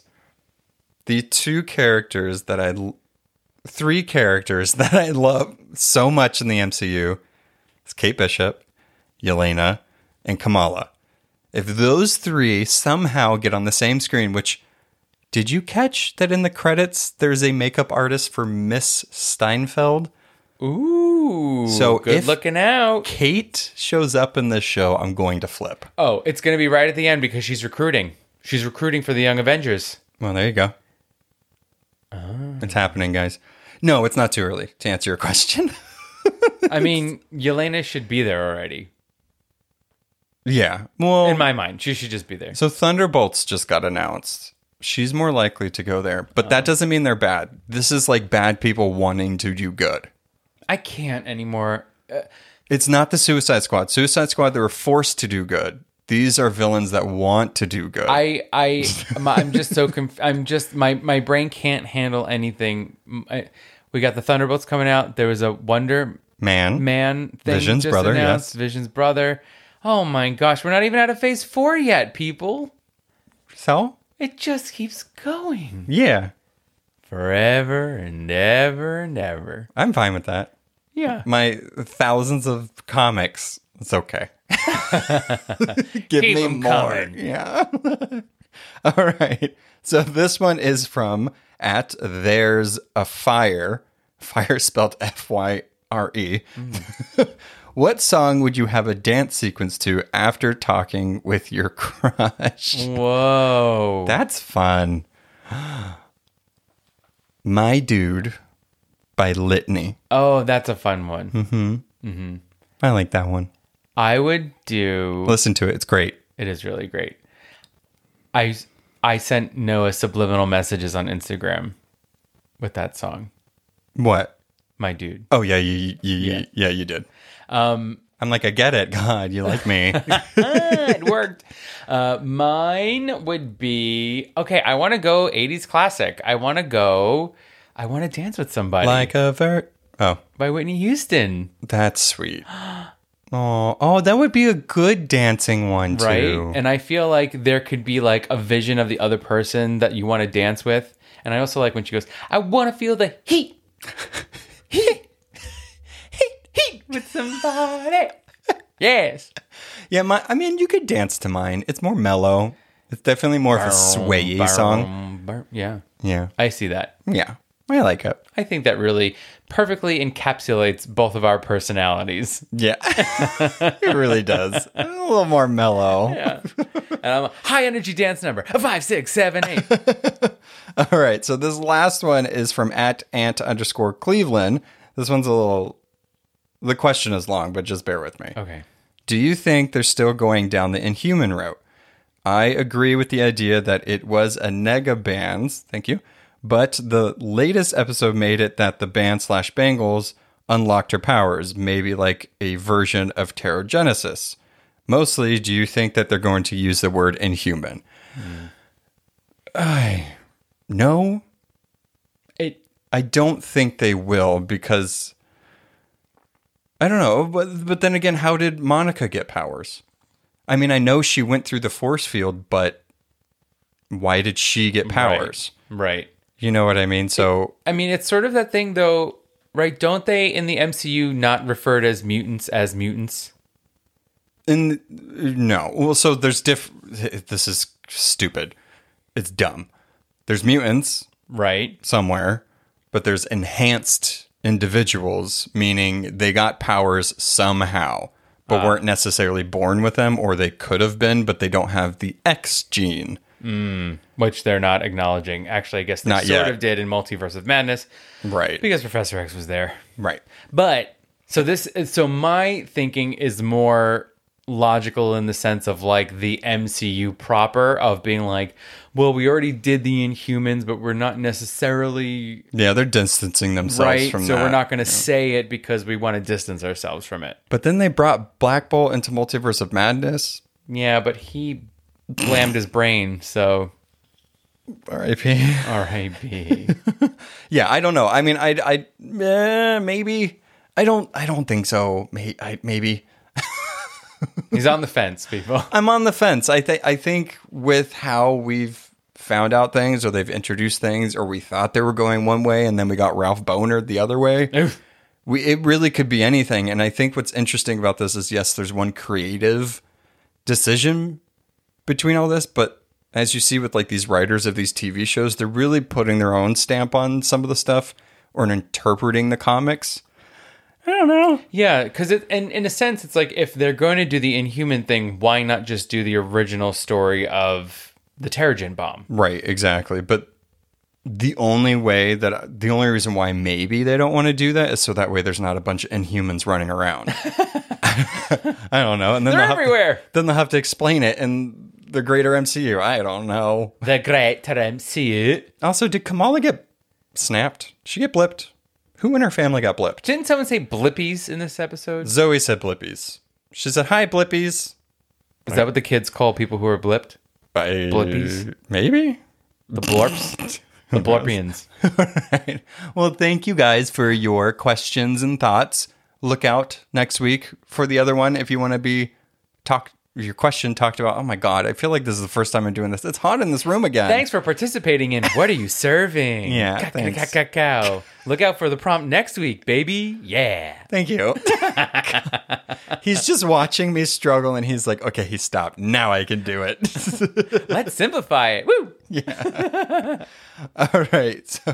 Speaker 4: The two characters that I l- three characters that I love so much in the MCU is Kate Bishop, Yelena, and Kamala. If those three somehow get on the same screen, which did you catch that in the credits there's a makeup artist for Miss Steinfeld?
Speaker 3: Ooh,
Speaker 4: So
Speaker 3: good
Speaker 4: if-
Speaker 3: looking out.
Speaker 4: Kate shows up in this show, I'm going to flip.
Speaker 3: Oh, it's gonna be right at the end because she's recruiting. She's recruiting for the Young Avengers.
Speaker 4: Well, there you go.
Speaker 3: Ah.
Speaker 4: It's happening, guys. No, it's not too early to answer your question.
Speaker 3: I mean, Yelena should be there already.
Speaker 4: yeah. Well,
Speaker 3: In my mind, she should just be there.
Speaker 4: so Thunderbolts just got announced. She's more likely to go there, but
Speaker 3: Oh.
Speaker 4: that doesn't mean they're bad. This is like bad people wanting to do good.
Speaker 3: I can't anymore. Uh,
Speaker 4: It's not the Suicide Squad. Suicide Squad, they were forced to do good. These are villains that want to do good.
Speaker 3: I I my, I'm just so conf- I'm just my my brain can't handle anything. M- I- we got the Thunderbolts coming out. There was a Wonder
Speaker 4: Man,
Speaker 3: Man thing
Speaker 4: Mm-hmm. Vision's
Speaker 3: just
Speaker 4: brother,
Speaker 3: announced.
Speaker 4: yes.
Speaker 3: Vision's brother. Oh my gosh, we're not even out of Phase Four yet, people.
Speaker 4: so
Speaker 3: It just keeps going
Speaker 4: yeah,
Speaker 3: forever and ever and ever.
Speaker 4: I'm fine with that.
Speaker 3: Yeah,
Speaker 4: My thousands of comics, it's okay. Give
Speaker 3: Keep
Speaker 4: me
Speaker 3: 'em
Speaker 4: more.
Speaker 3: coming.
Speaker 4: Yeah. All right. So this one is from at there's a fire, fire spelled F Y R E. What song would you have a dance sequence to after talking with your crush?
Speaker 3: Whoa.
Speaker 4: That's fun. My Dude by Litany.
Speaker 3: oh, that's a fun one.
Speaker 4: Hmm. I like that one.
Speaker 3: I would do.
Speaker 4: Listen to it. It's great.
Speaker 3: It is really great. I I sent Noah subliminal messages on Instagram with that song,
Speaker 4: What?
Speaker 3: my dude.
Speaker 4: Oh yeah, you, you, you yeah. you did.
Speaker 3: Um,
Speaker 4: I'm like, I get it. God, you like me.
Speaker 3: it worked. Uh, mine would be okay. I want to go '80s classic. I want to go. I want to dance with somebody
Speaker 4: like a ver. Oh,
Speaker 3: by Whitney Houston.
Speaker 4: that's sweet. Oh, oh, that would be a good dancing one too.
Speaker 3: right and i feel like there could be like a vision of the other person that you want to dance with and i also like when she goes i want to feel the heat heat heat heat with somebody yes
Speaker 4: yeah, my. I mean, you could dance to mine. It's more mellow. It's definitely more of a swayy song.
Speaker 3: Burr. yeah
Speaker 4: Yeah,
Speaker 3: i see that
Speaker 4: yeah, I like it.
Speaker 3: i think that really perfectly encapsulates both of our personalities
Speaker 4: Yeah, it really does. A little more mellow.
Speaker 3: and i'm a Um, high energy dance number a five six seven eight
Speaker 4: All right. So this last one is from at ant underscore Cleveland. This one's a little. The question is long, but just bear with me.
Speaker 3: okay
Speaker 4: Do you think they're still going down the inhuman route? I agree with the idea that it was a nega bands. Thank you. But the latest episode made it that the band slash Bangles unlocked her powers, maybe like a version of pterogenesis. Mostly, do you think that they're going to use the word inhuman? I no,
Speaker 3: it
Speaker 4: I don't think they will because I don't know. But, but then again, how did Monica get powers? I mean, I know she went through the force field, but why did she get powers?
Speaker 3: right
Speaker 4: You know what I mean? So,
Speaker 3: I mean, it's sort of that thing though, right? Don't they in the MCU not referred as mutants as mutants?
Speaker 4: and no. Well, so there's diff. This is stupid. It's dumb. There's mutants
Speaker 3: Right.
Speaker 4: somewhere, but there's enhanced individuals, meaning they got powers somehow, but
Speaker 3: Ah.
Speaker 4: weren't necessarily born with them, or they could have been, but they don't have the X gene.
Speaker 3: Which they're not acknowledging. Actually, I guess they
Speaker 4: Not
Speaker 3: sort
Speaker 4: yet.
Speaker 3: of did in Multiverse of Madness
Speaker 4: Right.
Speaker 3: because Professor X was there.
Speaker 4: right.
Speaker 3: But so this so my thinking is more logical in the sense of like the MCU proper of being like, well, we already did the Inhumans, but we're not necessarily
Speaker 4: Yeah, they're distancing themselves
Speaker 3: right. So
Speaker 4: from that.
Speaker 3: we're not going to say it because we want to distance ourselves from it.
Speaker 4: But then they brought Black Bolt into Multiverse of Madness.
Speaker 3: Yeah, but he blammed his brain, so
Speaker 4: R.I.P.
Speaker 3: R.I.B.
Speaker 4: Yeah, I don't know. I mean, I, I, eh, maybe. I don't. I don't think so. May, I, maybe.
Speaker 3: He's on the fence, people.
Speaker 4: I'm on the fence. I think I think with how we've found out things or they've introduced things or we thought they were going one way and then we got Ralph Boner the other way. we it really could be anything and I think what's interesting about this is yes, there's one creative decision between all this, but as you see with like these writers of these TV shows, they're really putting their own stamp on some of the stuff or interpreting the comics.
Speaker 3: Yeah, because it, and in a sense, it's like if they're going to do the Inhuman thing, why not just do the original story of the Terrigen bomb?
Speaker 4: Right, exactly. But the only way that the only reason why maybe they don't want to do that is so that way there's not a bunch of inhumans running around. I don't know. And then
Speaker 3: They're
Speaker 4: they'll have
Speaker 3: everywhere.
Speaker 4: To, then they'll have to explain it in the greater MCU. I don't know.
Speaker 3: The Great MCU.
Speaker 4: Also, did Kamala get snapped? She get blipped? Who in her family got blipped?
Speaker 3: Didn't someone say blippies in this episode? Is
Speaker 4: Zoe said blippies. She said, "Hi, blippies."
Speaker 3: that what the kids call people who are blipped?
Speaker 4: I-
Speaker 3: Blippies?
Speaker 4: Maybe.
Speaker 3: The blorps? The blorpians.
Speaker 4: right. Well, thank you guys for your questions and thoughts. Look out next week for the other one if you want to be talk your question talked about. Oh my god, I feel like this is the first time I'm doing this. It's hot in this room again.
Speaker 3: Thanks for participating in What Are You Serving?
Speaker 4: Yeah,
Speaker 3: Caw, caw,
Speaker 4: thanks.
Speaker 3: caw, caw, caw. Look out for the prompt next week, baby. Yeah.
Speaker 4: Thank you. he's just watching me struggle and he's like, "Okay, he stopped. Now I can do it."
Speaker 3: Let's simplify it. Woo!
Speaker 4: All right. So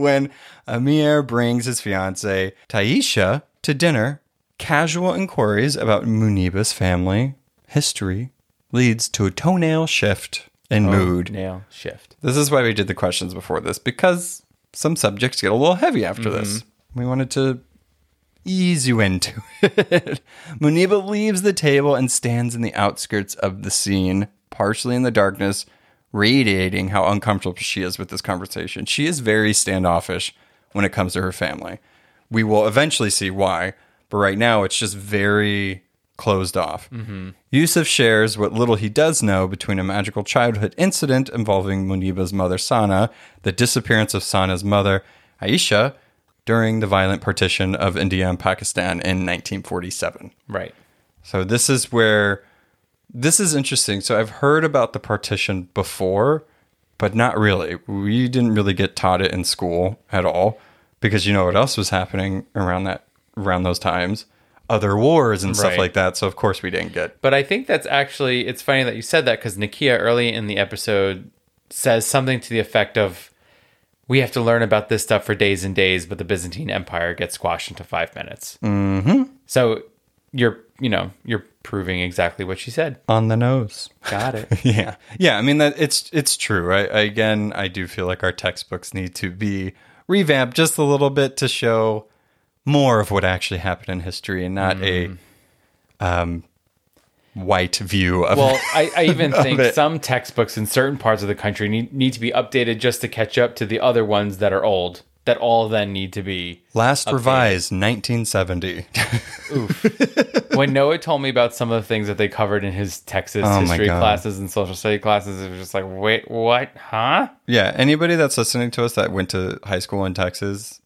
Speaker 4: when Amir brings his fiance Taisha to dinner, Casual inquiries about Muniba's family history leads to a toenail shift in mood.
Speaker 3: Nail shift.
Speaker 4: This is why we did the questions before this because some subjects get a little heavy after this. We wanted to ease you into it. Muniba leaves the table and stands in the outskirts of the scene, partially in the darkness, radiating how uncomfortable she is with this conversation. She is very standoffish when it comes to her family. We will eventually see why, but right now it's just very closed off. Yusuf shares what little he does know between a magical childhood incident involving Muniba's mother Sana, the disappearance of Sana's mother Aisha during the violent partition of India and Pakistan in 1947.
Speaker 3: Right.
Speaker 4: So this is where this is interesting. So I've heard about the partition before, but not really. We didn't really get taught it in school at all because you know what else was happening around that around those times? Other wars and stuff
Speaker 3: Right.
Speaker 4: like that. So of course we didn't get
Speaker 3: But I think that's actually it's funny that you said that because Nakia early in the episode says something to the effect of we have to learn about this stuff for days and days, but the Byzantine Empire gets squashed into five minutes. Mm-hmm. So you're you know, you're proving exactly what she said.
Speaker 4: on the nose.
Speaker 3: Got it.
Speaker 4: yeah yeah i mean that it's it's true I, I again i do feel like our textbooks need to be revamped just a little bit to show more of what actually happened in history and not a um white view of
Speaker 3: Well, I, I even think
Speaker 4: it.
Speaker 3: some textbooks in certain parts of the country need, need to be updated just to catch up to the other ones that are old that all then need to be
Speaker 4: last revised 1970
Speaker 3: when Noah told me about some of the things that they covered in his Texas
Speaker 4: Oh my
Speaker 3: history
Speaker 4: God.
Speaker 3: classes and social study classes, it was just like, wait, what? Huh?
Speaker 4: yeah anybody that's listening to us that went to high school in texas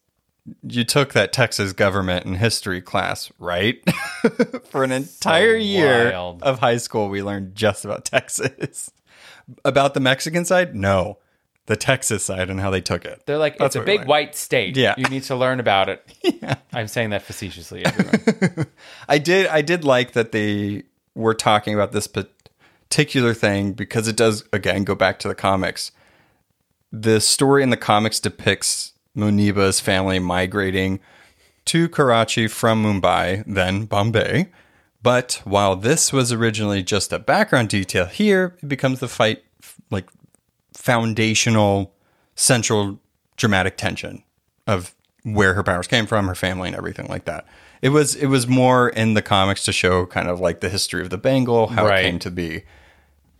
Speaker 4: you took that texas government and history class right for an entire year
Speaker 3: wild.
Speaker 4: of high school we learned just about texas about the mexican side no the texas side and how they took it
Speaker 3: They're like, it's
Speaker 4: That's
Speaker 3: a
Speaker 4: what we
Speaker 3: big
Speaker 4: learned.
Speaker 3: white state.
Speaker 4: Yeah.
Speaker 3: You need to learn about it. I'm saying that facetiously, everyone.
Speaker 4: I did I did like that they were talking about this particular thing because it does again go back to the comics. The story in the comics depicts Muniba's family migrating to Karachi from Mumbai, then Bombay. But while this was originally just a background detail, here it becomes the fight like foundational central dramatic tension of where her powers came from, her family, and everything like that. It was it was more in the comics to show kind of like the history of the Bengal, how
Speaker 3: Right.
Speaker 4: it came to be.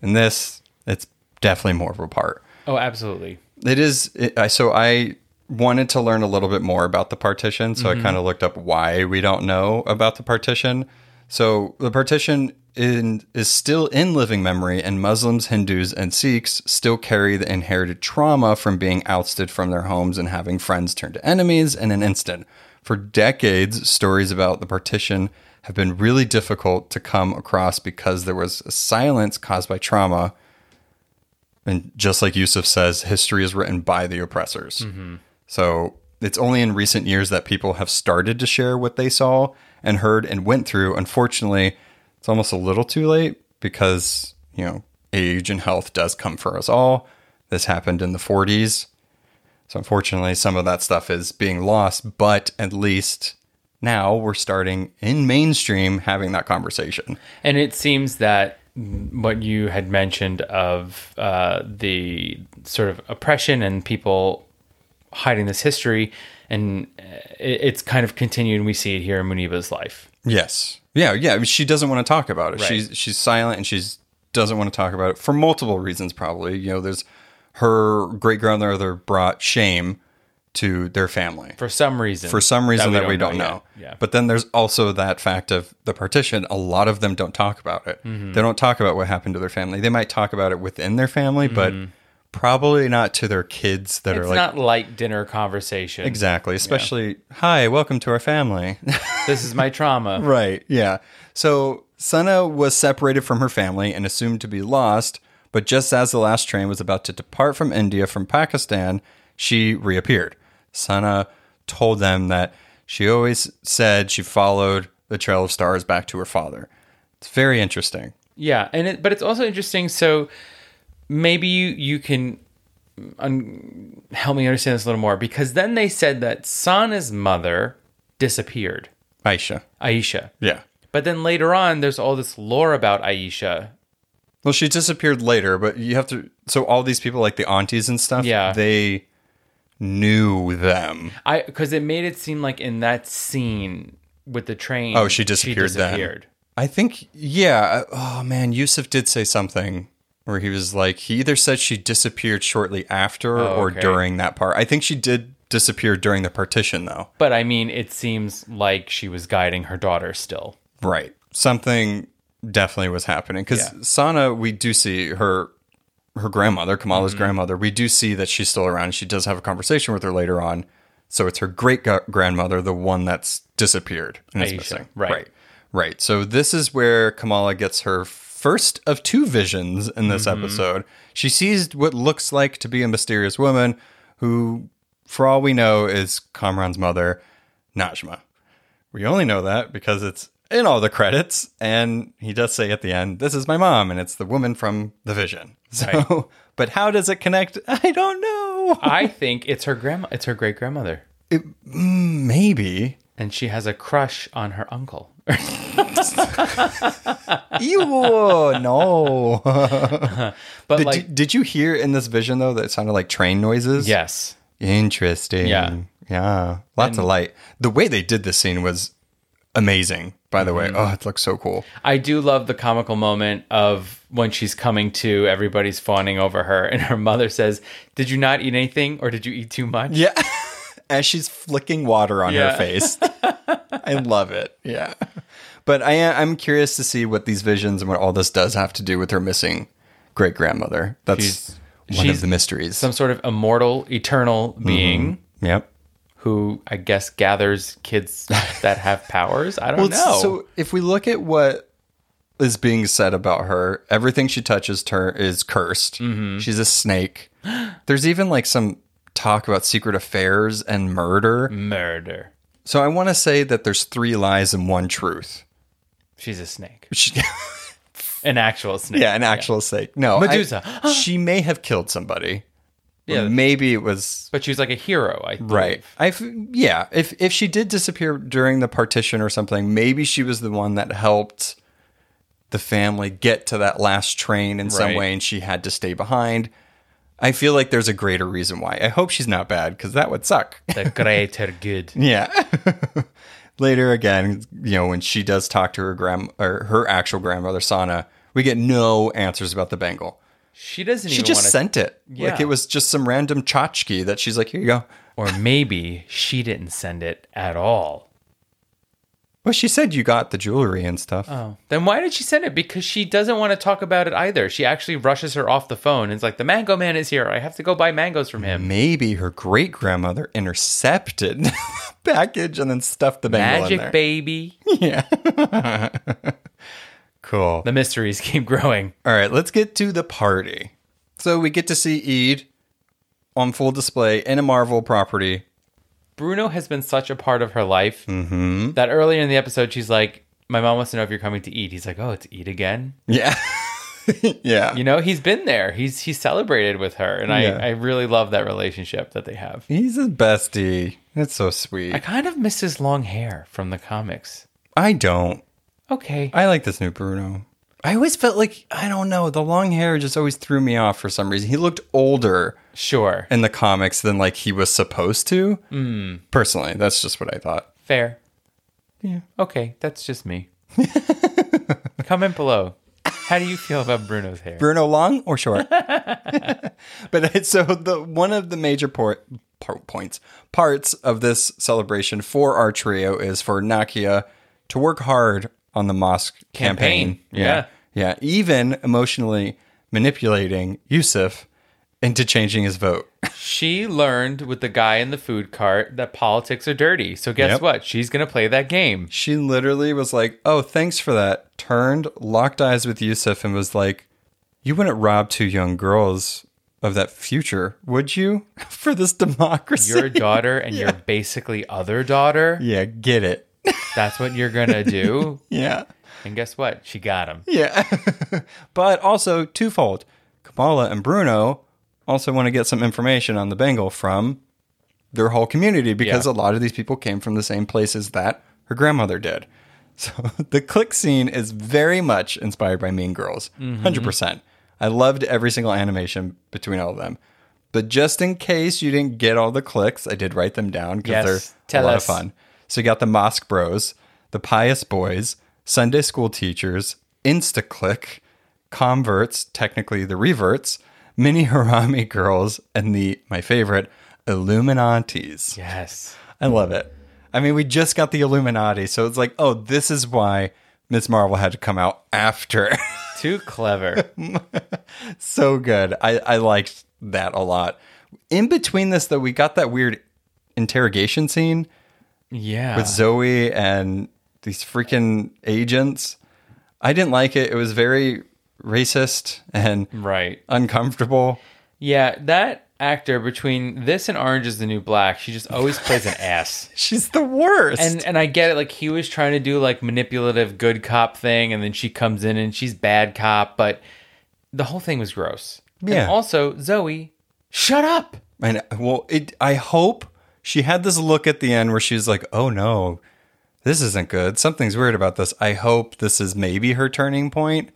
Speaker 4: In this, it's definitely more of a part.
Speaker 3: oh, absolutely.
Speaker 4: It is. It, I so I wanted to learn a little bit more about the partition, so I kind of looked up why we don't know about the partition. So the partition in, is still in living memory, and Muslims, Hindus, and Sikhs still carry the inherited trauma from being ousted from their homes and having friends turn to enemies in an instant. For decades, stories about the partition have been really difficult to come across because there was a silence caused by trauma and just like Yusuf says, history is written by the oppressors. So it's only in recent years that people have started to share what they saw and heard and went through. Unfortunately, it's almost a little too late because, you know, age and health does come for us all. This happened in the 40s. So unfortunately, some of that stuff is being lost, but at least now we're starting in mainstream having that conversation.
Speaker 3: And it seems that what you had mentioned of uh, the sort of oppression and people hiding this history, and uh, it- it's kind of continued. We see it here in Muniba's life.
Speaker 4: Yes. Yeah, yeah. I mean, She doesn't want to talk about it.
Speaker 3: Right.
Speaker 4: She's she's silent and she's doesn't want to talk about it for multiple reasons probably. You know, there's her great grandmother brought shame to their family
Speaker 3: For some reason.
Speaker 4: for some reason that we don't, know.
Speaker 3: yet. Yeah.
Speaker 4: But then there's also that fact of the partition. A lot of them don't talk about it.
Speaker 3: Mm-hmm.
Speaker 4: They don't talk about what happened to their family. They might talk about it within their family, but probably not to their kids that
Speaker 3: Mm-hmm. it's
Speaker 4: are like
Speaker 3: not light dinner conversation.
Speaker 4: exactly. Especially, hi, welcome to our family.
Speaker 3: This is my trauma.
Speaker 4: Right. Yeah. So Sana was separated from her family and assumed to be lost, but just as the last train was about to depart from India from Pakistan, she reappeared. Sana told them that she always said she followed the trail of stars back to her father. It's very interesting.
Speaker 3: Yeah, and it, but it's also interesting. So maybe you you can un- help me understand this a little more because then they said that Sana's mother disappeared.
Speaker 4: Aisha.
Speaker 3: Aisha.
Speaker 4: Yeah.
Speaker 3: But then later on, there's all this lore about Aisha.
Speaker 4: Well, she disappeared later, but you have to. So all these people, like the aunties and stuff,
Speaker 3: Yeah.
Speaker 4: they knew them.
Speaker 3: I because it made it seem like in that scene with the train.
Speaker 4: Oh, she disappeared then. I think, yeah. Oh man, Yusuf did say something where he was like, he either said she disappeared shortly after
Speaker 3: Oh,
Speaker 4: or
Speaker 3: okay.
Speaker 4: during that part. I think she did disappear during the partition, though.
Speaker 3: But I mean, it seems like she was guiding her daughter still.
Speaker 4: Right. Something definitely was happening because
Speaker 3: Yeah.
Speaker 4: Sana, we do see her her grandmother, Kamala's
Speaker 3: Mm-hmm.
Speaker 4: grandmother. We do see that she's still around. She does have a conversation with her later on. So it's her great gu- grandmother, the one that's disappeared and is
Speaker 3: Aisha,
Speaker 4: missing.
Speaker 3: right.
Speaker 4: right. Right. So this is where Kamala gets her first of two visions in this
Speaker 3: Mm-hmm.
Speaker 4: episode. She sees what looks like to be a mysterious woman who, for all we know, is Kamran's mother, Najma. We only know that because it's in all the credits, and he does say at the end, "This is my mom," and it's the woman from the vision. So, but how does it connect? I don't know.
Speaker 3: I think it's her grandma. It's her great grandmother,
Speaker 4: Maybe.
Speaker 3: and she has a crush on her uncle.
Speaker 4: Ew, no.
Speaker 3: But
Speaker 4: Did,
Speaker 3: like,
Speaker 4: you, did you hear in this vision though that it sounded like train noises?
Speaker 3: yes,
Speaker 4: Interesting.
Speaker 3: Yeah.
Speaker 4: Yeah. Lots of light. The way they did this scene was amazing, by the
Speaker 3: Mm-hmm.
Speaker 4: way. Oh, it looks so cool.
Speaker 3: I do love the comical moment of when she's coming to, everybody's fawning over her, and her mother says, "Did you not eat anything, or did you eat too much?"
Speaker 4: Yeah. As she's flicking water on
Speaker 3: Yeah.
Speaker 4: her face. I love it. Yeah. But I am, I'm curious to see what these visions and what all this does have to do with her missing great grandmother. That's
Speaker 3: She's-
Speaker 4: one
Speaker 3: she's
Speaker 4: of the mysteries.
Speaker 3: Some sort of immortal, eternal
Speaker 4: Mm-hmm.
Speaker 3: being
Speaker 4: yep.
Speaker 3: who I guess gathers kids that have powers. I don't know.
Speaker 4: So if we look at what is being said about her, everything she touches turn is cursed.
Speaker 3: Mm-hmm.
Speaker 4: She's a snake. There's even like some talk about secret affairs and murder.
Speaker 3: Mm. Murder.
Speaker 4: So I want to say that there's three lies and one truth.
Speaker 3: She's a snake,
Speaker 4: She-
Speaker 3: an actual snake.
Speaker 4: yeah, an actual snake. No, I-
Speaker 3: Medusa.
Speaker 4: she may have killed somebody.
Speaker 3: Yeah.
Speaker 4: Or maybe it was
Speaker 3: But she's like a hero. I believe.
Speaker 4: right. I f- yeah. If if she did disappear during the partition or something, maybe she was the one that helped the family get to that last train in some
Speaker 3: Right.
Speaker 4: way, and she had to stay behind. I feel like there's a greater reason why. I hope she's not bad because that would suck.
Speaker 3: The greater good.
Speaker 4: Yeah. Later again, you know, when she does talk to her grand or her actual grandmother Sana, we get no answers about the bangle.
Speaker 3: She doesn't
Speaker 4: She
Speaker 3: even
Speaker 4: just
Speaker 3: want
Speaker 4: sent it. Like
Speaker 3: Yeah.
Speaker 4: it was just some random tchotchke that she's like, here you go.
Speaker 3: Or maybe she didn't send it at all.
Speaker 4: Well, she said you got the jewelry and stuff.
Speaker 3: Oh. Then why did she send it? Because she doesn't want to talk about it either. She actually rushes her off the phone and is like, the mango man is here. I have to go buy mangoes from him.
Speaker 4: Maybe her great grandmother intercepted the package and then stuffed the bangle in there.
Speaker 3: Magic baby.
Speaker 4: cool.
Speaker 3: The mysteries keep growing.
Speaker 4: All right, let's get to the party. So we get to see Eid on full display in a Marvel property.
Speaker 3: Bruno has been such a part of her life
Speaker 4: Mm-hmm.
Speaker 3: that earlier in the episode, she's like, my mom wants to know if you're coming to eat. He's like, oh, it's eat again.
Speaker 4: Yeah. yeah.
Speaker 3: You know, he's been there. He's he's celebrated with her, and
Speaker 4: Yeah.
Speaker 3: I I really love that relationship that they have.
Speaker 4: He's his bestie. That's so
Speaker 3: I
Speaker 4: sweet.
Speaker 3: kind of miss his long hair from the comics.
Speaker 4: I don't.
Speaker 3: Okay.
Speaker 4: I like this new Bruno. I always felt like I don't know. The long hair just always threw me off for some reason. He looked older
Speaker 3: Sure.
Speaker 4: in the comics than like he was supposed to. Mm. Personally, that's just what I thought.
Speaker 3: Fair. Yeah. Okay. That's just me. Comment below. How do you feel about Bruno's hair?
Speaker 4: Bruno long or short? but it's- so the one of the major por- po- points parts of this celebration for our trio is for Nakia to work hard on the mosque campaign.
Speaker 3: Campaign,
Speaker 4: yeah, Even emotionally manipulating Yusuf into changing his vote.
Speaker 3: she learned with the guy in the food cart that politics are dirty. So guess
Speaker 4: Yep.
Speaker 3: what? She's going to play that game.
Speaker 4: She literally was like, "Oh, thanks for that." Turned, locked eyes with Yusuf, and was like, "You wouldn't rob two young girls of that future, would you? for this democracy?"
Speaker 3: You're a daughter and you're basically other daughter.
Speaker 4: Yeah, get it.
Speaker 3: That's what you're going to do.
Speaker 4: Yeah.
Speaker 3: and guess what? She got him.
Speaker 4: Yeah. but also twofold. Kamala and Bruno also want to get some information on the Bengal from their whole community because
Speaker 3: Yeah.
Speaker 4: a lot of these people came from the same places that her grandmother did. So the click scene is very much inspired by Mean Girls,
Speaker 3: Mm-hmm.
Speaker 4: 100%. I loved every single animation between all of them. But just in case you didn't get all the clicks, I did write them down
Speaker 3: Yes,
Speaker 4: because they're
Speaker 3: tell
Speaker 4: a lot
Speaker 3: us.
Speaker 4: of fun. So you got the Mosque Bros, the Pious Boys, Sunday School Teachers, InstaClick, Converts, technically the Reverts, Mini Harami Girls, and the, my favorite, Illuminatis.
Speaker 3: Yes.
Speaker 4: I love it. I mean, we just got the Illuminati, so it's like, oh, this is why Miss Marvel had to come out after.
Speaker 3: Too clever.
Speaker 4: so good. I, I liked that a lot. In between this, though, we got that weird interrogation scene
Speaker 3: Yeah.
Speaker 4: with Zoe and these freaking agents. I didn't like it. It was very racist and
Speaker 3: right.
Speaker 4: uncomfortable.
Speaker 3: Yeah, that actor between this and Orange is the New Black, she just always plays an ass.
Speaker 4: She's the worst.
Speaker 3: And and I get it, like he was trying to do like manipulative good cop thing, and then she comes in and she's bad cop, but the whole thing was gross.
Speaker 4: Yeah.
Speaker 3: And also, Zoe, shut up.
Speaker 4: And well, it. I hope she had this look at the end where she was like, "Oh no, this isn't good. Something's weird about this." I hope this is maybe her turning point.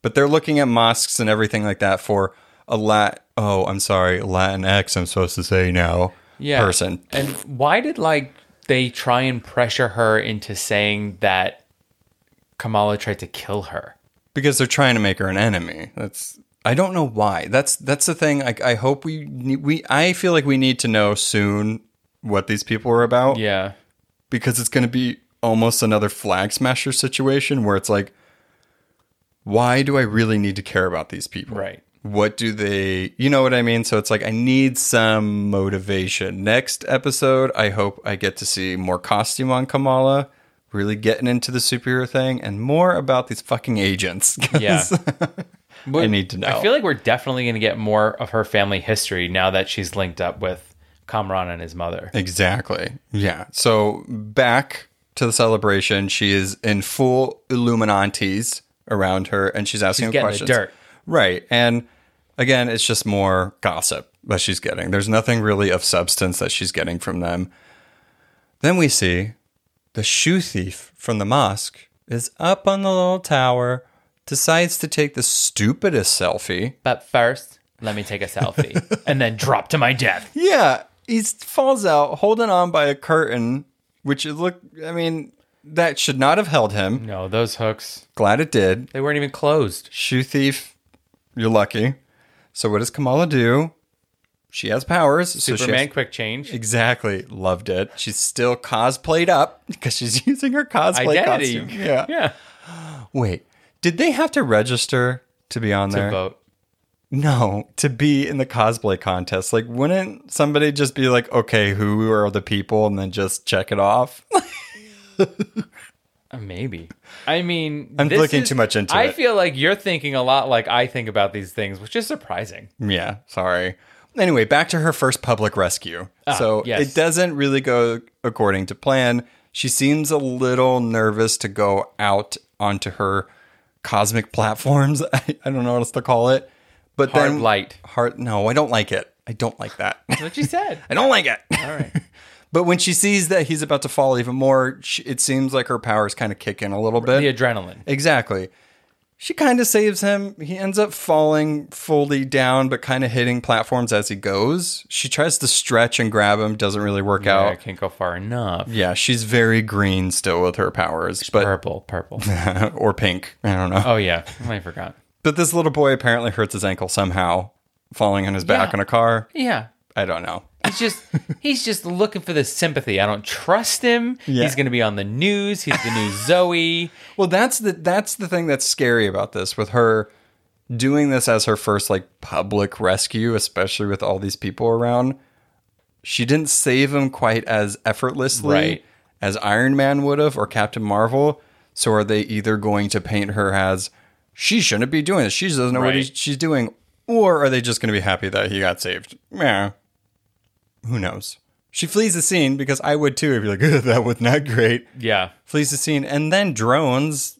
Speaker 4: But they're looking at mosques and everything like that for a lat. Oh, I'm sorry, Latinx. I'm supposed to say now.
Speaker 3: Yeah.
Speaker 4: person.
Speaker 3: And why did like they try and pressure her into saying that Kamala tried to kill her?
Speaker 4: because they're trying to make her an enemy. That's I don't know why. That's that's the thing. Like I hope we ne- we I feel like we need to know soon what these people are about.
Speaker 3: Yeah.
Speaker 4: because it's going to be almost another flag smasher situation where it's like why do i really need to care about these people
Speaker 3: Right.
Speaker 4: what do they you know what i mean so it's like i need some motivation next episode i hope i get to see more costume on kamala really getting into the superhero thing and more about these fucking agents 'Cause
Speaker 3: Yeah.
Speaker 4: i need to know
Speaker 3: I feel like we're definitely going to get more of her family history now that she's linked up with Kamran and his mother.
Speaker 4: Exactly. Yeah. So back to the celebration, she is in full Illuminantes around her, and she's asking
Speaker 3: She's
Speaker 4: her
Speaker 3: getting the
Speaker 4: questions.
Speaker 3: dirt.
Speaker 4: Right. And again, it's just more gossip that she's getting. There's nothing really of substance that she's getting from them. Then we see the shoe thief from the mosque is up on the little tower, decides to take the stupidest selfie.
Speaker 3: But first, let me take a selfie and then drop to my death.
Speaker 4: Yeah, he s- falls out holding on by a curtain, which is look. I mean, that should not have held him.
Speaker 3: No, those hooks,
Speaker 4: Glad it did.
Speaker 3: they weren't even closed.
Speaker 4: Shoe thief, you're lucky. So what does Kamala do? She has powers. so she
Speaker 3: Superman
Speaker 4: has-
Speaker 3: quick change.
Speaker 4: exactly. Loved it. She's still cosplayed up because she's using her cosplay
Speaker 3: Identity.
Speaker 4: costume. Yeah.
Speaker 3: Yeah.
Speaker 4: Wait, did they have to register to be on there?
Speaker 3: Vote.
Speaker 4: No, to be in the cosplay contest. Like, wouldn't somebody just be like, okay, who are the people? And then just check it off?
Speaker 3: Uh, Maybe. I mean,
Speaker 4: I'm
Speaker 3: this
Speaker 4: looking too much into
Speaker 3: I
Speaker 4: it.
Speaker 3: feel like you're thinking a lot like I think about these things, which is surprising.
Speaker 4: yeah, sorry. Anyway, back to her first public rescue. so
Speaker 3: Ah, yes.
Speaker 4: it doesn't really go according to plan. She seems a little nervous to go out onto her cosmic platforms. I, I don't know what else to call it. But
Speaker 3: Hard
Speaker 4: then
Speaker 3: light.
Speaker 4: Heart. No, I don't like it. I don't like that.
Speaker 3: That's what you said.
Speaker 4: I don't like it. All right. but when she sees that he's about to fall even more, she, it seems like her powers kind of kick in a little bit.
Speaker 3: the adrenaline.
Speaker 4: Exactly. She kind of saves him. He ends up falling fully down, but kind of hitting platforms as he goes. She tries to stretch and grab him, doesn't really work
Speaker 3: Yeah, I
Speaker 4: out.
Speaker 3: can't go far enough.
Speaker 4: Yeah, she's very green still with her powers, but
Speaker 3: Purple, purple.
Speaker 4: or pink. I don't know.
Speaker 3: Oh, yeah. I forgot.
Speaker 4: But this little boy apparently hurts his ankle somehow, falling on his back
Speaker 3: Yeah.
Speaker 4: in a car.
Speaker 3: Yeah.
Speaker 4: I don't know.
Speaker 3: He's just he's just looking for the sympathy. I don't trust him.
Speaker 4: Yeah.
Speaker 3: He's gonna be on the news. He's the new Zoe.
Speaker 4: Well, that's the that's the thing that's scary about this with her doing this as her first like public rescue, especially with all these people around. She didn't save him quite as effortlessly
Speaker 3: Right.
Speaker 4: as Iron Man would have or Captain Marvel. So are they either going to paint her as she shouldn't be doing this? She doesn't know what he,
Speaker 3: Right.
Speaker 4: she's doing, or are they just going to be happy that he got saved? Yeah, who knows? She flees the scene because I would too. If you're like, "Ugh, that was not great
Speaker 3: Yeah.
Speaker 4: flees the scene, and then drones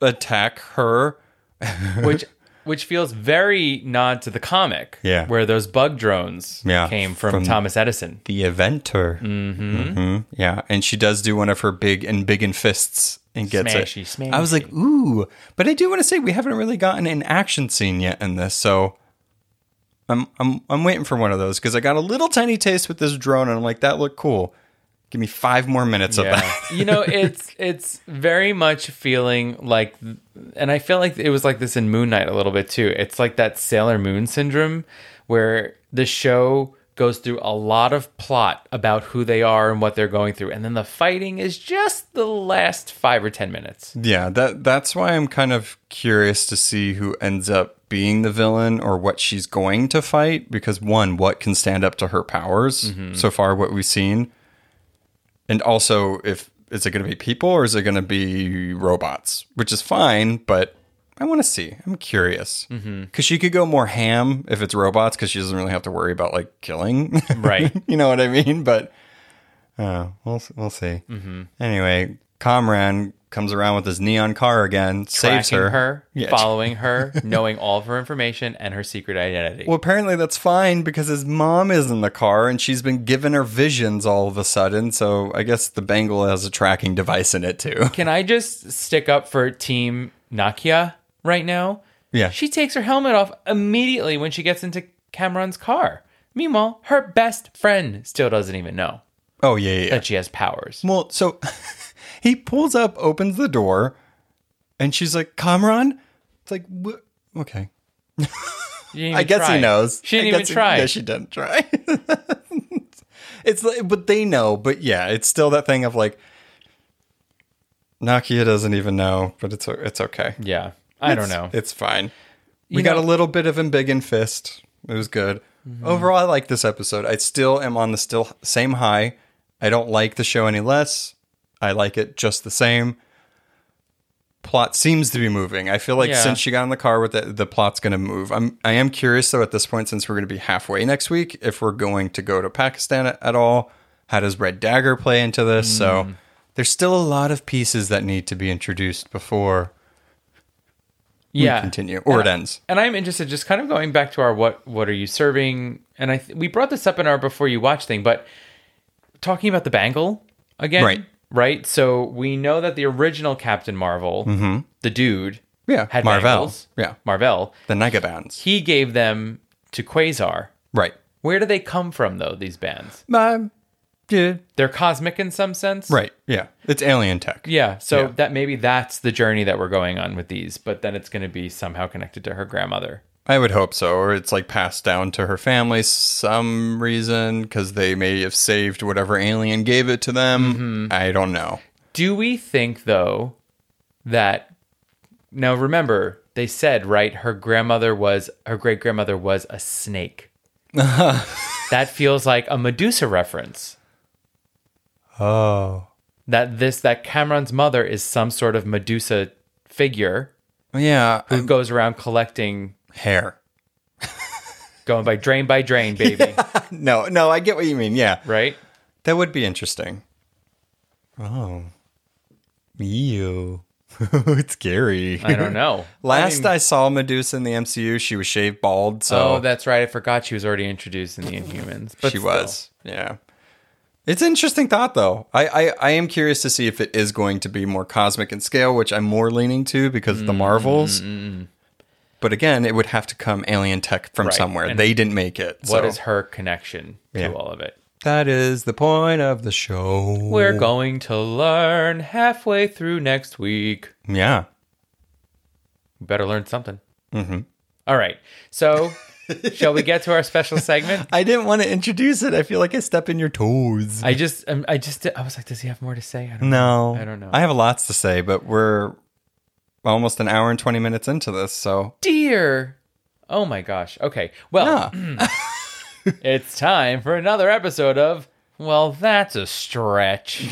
Speaker 4: attack her.
Speaker 3: Which which feels very nod to the comic,
Speaker 4: Yeah.
Speaker 3: where those bug drones
Speaker 4: Yeah,
Speaker 3: came from,
Speaker 4: from-
Speaker 3: Thomas Edison.
Speaker 4: The Eventer.
Speaker 3: Mm-hmm.
Speaker 4: hmm Yeah, and she does do one of her big and big and fists and gets
Speaker 3: Smashy,
Speaker 4: it.
Speaker 3: smashy.
Speaker 4: I was like, ooh, but I do want to say we haven't really gotten an action scene yet in this, so I'm I'm I'm waiting for one of those because I got a little tiny taste with this drone, and I'm like, that looked cool. Give me five more minutes of
Speaker 3: Yeah.
Speaker 4: that.
Speaker 3: you know, it's it's very much feeling like, and I feel like it was like this in Moon Knight a little bit too. It's like that Sailor Moon syndrome, where the show goes through a lot of plot about who they are and what they're going through, and then the fighting is just the last five or ten minutes.
Speaker 4: Yeah, that that's why I'm kind of curious to see who ends up being the villain or what she's going to fight because one, what can stand up to her powers so far what we've seen. And also if is it going to be people or is it going to be robots, which is fine, but I want to see. I'm curious because she could go more ham if it's robots because she doesn't really have to worry about like killing,
Speaker 3: Right.
Speaker 4: you know what I mean? But uh, we'll we'll see. Anyway, Comran comes around with his neon car again, saves
Speaker 3: Tracking
Speaker 4: her. Yeah.
Speaker 3: following her, knowing all of her information and her secret identity.
Speaker 4: Well, apparently that's fine because his mom is in the car and she's been giving her visions all of a sudden. So I guess the bangle has a tracking device in it too.
Speaker 3: Can I just stick up for Team Nakia right now?
Speaker 4: Yeah.
Speaker 3: She takes her helmet off immediately when she gets into Cameron's car. Meanwhile, her best friend still doesn't even know
Speaker 4: Oh yeah, yeah. yeah.
Speaker 3: that she has powers.
Speaker 4: Well, so he pulls up, opens the door, and she's like, "Comran." It's like, "Wh- okay.
Speaker 3: She didn't
Speaker 4: I
Speaker 3: even
Speaker 4: guess
Speaker 3: try.
Speaker 4: he knows.
Speaker 3: She
Speaker 4: I
Speaker 3: didn't even
Speaker 4: guess he-
Speaker 3: try.
Speaker 4: yeah, she didn't try. it's like, but they know. But yeah, it's still that thing of like, Nakia doesn't even know, but it's o- it's okay.
Speaker 3: yeah. I don't know.
Speaker 4: It's fine.
Speaker 3: You
Speaker 4: we got
Speaker 3: know- Mm-hmm.
Speaker 4: a little bit of him big and fist. It was good. Overall, I like this episode. I still am on the still same high. I don't like the show any less. I like it just the same. Plot seems to be moving. I feel like
Speaker 3: Yeah.
Speaker 4: since she got in the car with it, the plot's going to move. I'm I am curious though at this point since we're going to be halfway next week if we're going to go to Pakistan at, at all. How does Red Dagger play into this? So
Speaker 3: Mm.
Speaker 4: there's still a lot of pieces that need to be introduced before
Speaker 3: yeah. Uh,
Speaker 4: we continue or it
Speaker 3: Yeah.
Speaker 4: ends.
Speaker 3: And I'm interested, just kind of going back to our what what are you serving? And I th- we brought this up in our before you watch thing, but talking about the bangle again,
Speaker 4: Right.
Speaker 3: Right. So we know that the original Captain Marvel, the dude,
Speaker 4: Mm-hmm. Yeah,
Speaker 3: had
Speaker 4: Marvel.
Speaker 3: bangles.
Speaker 4: Yeah.
Speaker 3: Marvel.
Speaker 4: The Nega bands.
Speaker 3: He gave them to Quasar.
Speaker 4: Right.
Speaker 3: Where do they come from, though? These bands,
Speaker 4: Um, yeah.
Speaker 3: they're cosmic in some sense,
Speaker 4: Right. Yeah. It's alien tech.
Speaker 3: Yeah, so
Speaker 4: Yeah.
Speaker 3: that maybe that's the journey that we're going on with these, but then it's going to be somehow connected to her grandmother.
Speaker 4: I would hope so. Or it's like passed down to her family some reason because they may have saved whatever alien gave it to them.
Speaker 3: Mm-hmm.
Speaker 4: I don't know.
Speaker 3: Do we think though that now remember they said right her grandmother was her great grandmother was a snake. that feels like a Medusa reference.
Speaker 4: Oh.
Speaker 3: That this that Cameron's mother is some sort of Medusa figure
Speaker 4: Yeah.
Speaker 3: who goes around collecting
Speaker 4: Hair.
Speaker 3: going by drain by drain baby,
Speaker 4: No, no, I get what you mean. Yeah.
Speaker 3: right?
Speaker 4: That would be interesting. Oh. Ew. it's scary.
Speaker 3: I don't know.
Speaker 4: Last I, saw Medusa in the MCU, she was shaved bald. So
Speaker 3: Oh, that's right. I forgot she was already introduced in the Inhumans. But
Speaker 4: she
Speaker 3: still.
Speaker 4: was. Yeah. It's an interesting thought, though. I, I, I am curious to see if it is going to be more cosmic in scale, which I'm more leaning to because of the Marvels. But again, it would have to come alien tech from
Speaker 3: Right.
Speaker 4: somewhere.
Speaker 3: And
Speaker 4: they didn't make it.
Speaker 3: What
Speaker 4: so.
Speaker 3: is her connection to
Speaker 4: Yeah.
Speaker 3: all of it?
Speaker 4: that is the point of the show.
Speaker 3: We're going to learn halfway through next week.
Speaker 4: Yeah.
Speaker 3: We better learn something. Mm-hmm. right. So, shall we get to our special segment?
Speaker 4: I didn't want to introduce it. I feel like I step in your toes.
Speaker 3: I just, um, I just, I was like, does he have more to say? I don't
Speaker 4: no.
Speaker 3: I don't know.
Speaker 4: I have lots to say, but we're almost an hour and 20 minutes into this. So, ah,
Speaker 3: Dear. Oh my gosh. Okay. Well, it's time for another episode of Well, that's a stretch.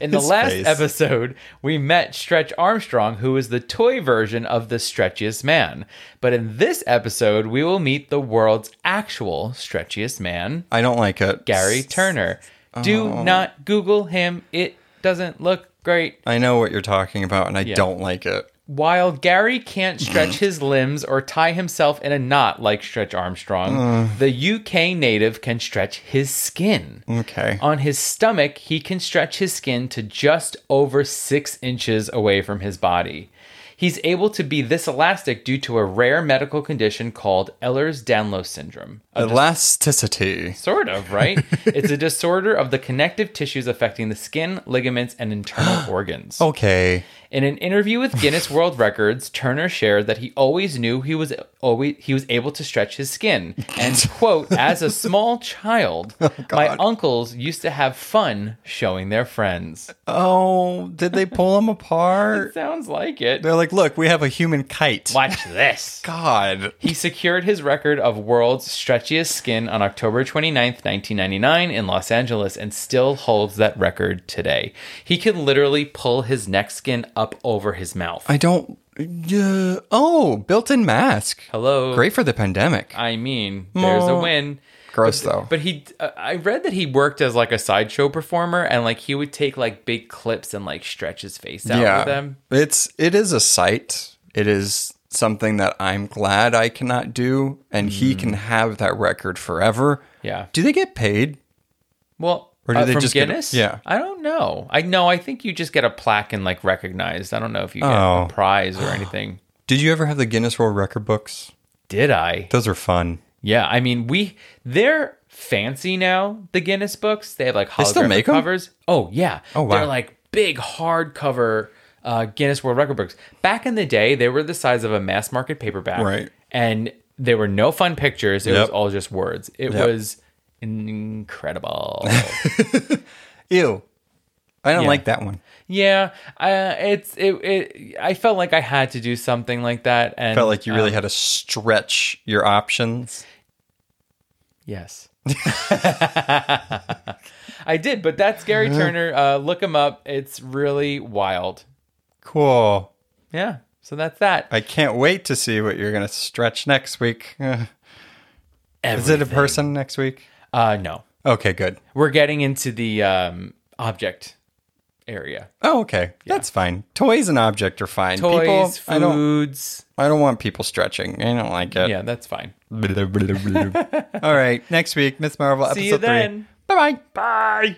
Speaker 3: In the
Speaker 4: His
Speaker 3: last
Speaker 4: face.
Speaker 3: episode, we met Stretch Armstrong, who is the toy version of the stretchiest man. But in this episode, we will meet the world's actual stretchiest man,
Speaker 4: I don't like it.
Speaker 3: Gary Turner. Do
Speaker 4: oh.
Speaker 3: not Google him. It doesn't look great.
Speaker 4: I know what you're talking about, and I don't like it.
Speaker 3: While Gary can't stretch his limbs or tie himself in a knot like Stretch Armstrong, the UK native can stretch his skin.
Speaker 4: Okay.
Speaker 3: On his stomach, he can stretch his skin to just over six inches away from his body. He's able to be this elastic due to a rare medical condition called Ehlers Danlos syndrome. A
Speaker 4: Elasticity.
Speaker 3: Sort of, right? it's a disorder of the connective tissues affecting the skin, ligaments, and internal organs.
Speaker 4: Okay.
Speaker 3: In an interview with Guinness World Records, Turner shared that he always knew he was always he was able to stretch his skin. And quote, as a small child,
Speaker 4: Oh,
Speaker 3: my uncles used to have fun showing their friends.
Speaker 4: Oh, did they pull them apart?
Speaker 3: Sounds like it.
Speaker 4: They're like, look, we have a human kite.
Speaker 3: Watch this.
Speaker 4: God.
Speaker 3: He secured his record of world's stretchiest skin on October 29th, 1999 in Los Angeles and still holds that record today. He can literally pull his neck skin up over his mouth.
Speaker 4: I don't. Yeah. Oh, built-in mask.
Speaker 3: Hello.
Speaker 4: Great for the pandemic.
Speaker 3: I mean, there's a
Speaker 4: Aw.
Speaker 3: win.
Speaker 4: Gross though.
Speaker 3: But he, uh, I read that he worked as like a sideshow performer, and like he would take like big clips and like stretch his face out with them.
Speaker 4: It's it is a sight. It is something that I'm glad I cannot do, and he can have that record forever.
Speaker 3: Hmm. Yeah.
Speaker 4: Do they get paid?
Speaker 3: Well,
Speaker 4: Or do
Speaker 3: uh,
Speaker 4: they
Speaker 3: from
Speaker 4: just get a-
Speaker 3: Guinness?
Speaker 4: yeah.
Speaker 3: I don't know. I know. I think you just get a plaque and like recognized. I don't know if you get
Speaker 4: Oh.
Speaker 3: a prize or anything.
Speaker 4: Did you ever have the Guinness World Record books?
Speaker 3: Did I?
Speaker 4: Those are fun.
Speaker 3: Yeah. I mean, we they're fancy now. The Guinness books they have like holographic
Speaker 4: still make 'em?
Speaker 3: covers. Oh yeah.
Speaker 4: Oh, wow.
Speaker 3: They're like big hardcover uh, Guinness World Record books. Back in the day, they were the size of a mass market paperback.
Speaker 4: Right.
Speaker 3: And there were no fun pictures. It was
Speaker 4: Yep.
Speaker 3: all just words. It
Speaker 4: Yep.
Speaker 3: was incredible.
Speaker 4: Ew. I don't
Speaker 3: Yeah.
Speaker 4: like that one.
Speaker 3: yeah, uh, it's it, it. I felt like I had to do something like that, and
Speaker 4: Felt like you really
Speaker 3: um,
Speaker 4: had to stretch your options.
Speaker 3: Yes. I did, but that's Gary
Speaker 4: Uh-huh.
Speaker 3: Turner. Uh, look him up. It's really wild.
Speaker 4: Cool.
Speaker 3: Yeah. So that's that.
Speaker 4: I can't wait to see what you're gonna stretch next week. Ugh. Is it a
Speaker 3: Everything.
Speaker 4: person next week?
Speaker 3: Uh, no.
Speaker 4: Okay, good.
Speaker 3: We're getting into the um, object area.
Speaker 4: Oh, okay. That's fine. Toys and object are fine.
Speaker 3: Toys,
Speaker 4: people, I don't
Speaker 3: foods.
Speaker 4: I don't want people stretching. I don't like it.
Speaker 3: Yeah, that's fine.
Speaker 4: All right. Next week, Miss Marvel episode
Speaker 3: See you
Speaker 4: three.
Speaker 3: then.
Speaker 4: Bye bye.
Speaker 3: Bye.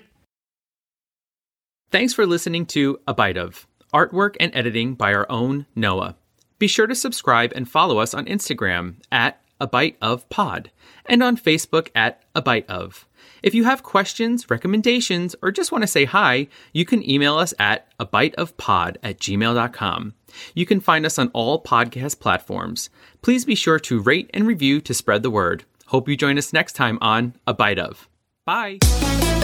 Speaker 3: Thanks for listening to A Bite of artwork and editing by our own Noah. Be sure to subscribe and follow us on Instagram at A Bite of Pod and on Facebook at A Bite of. If you have questions, recommendations, or just want to say hi, you can email us at a bite of pod at gmail.com. You can find us on all podcast platforms. Please be sure to rate and review to spread the word. Hope you join us next time on A Bite of. Bye.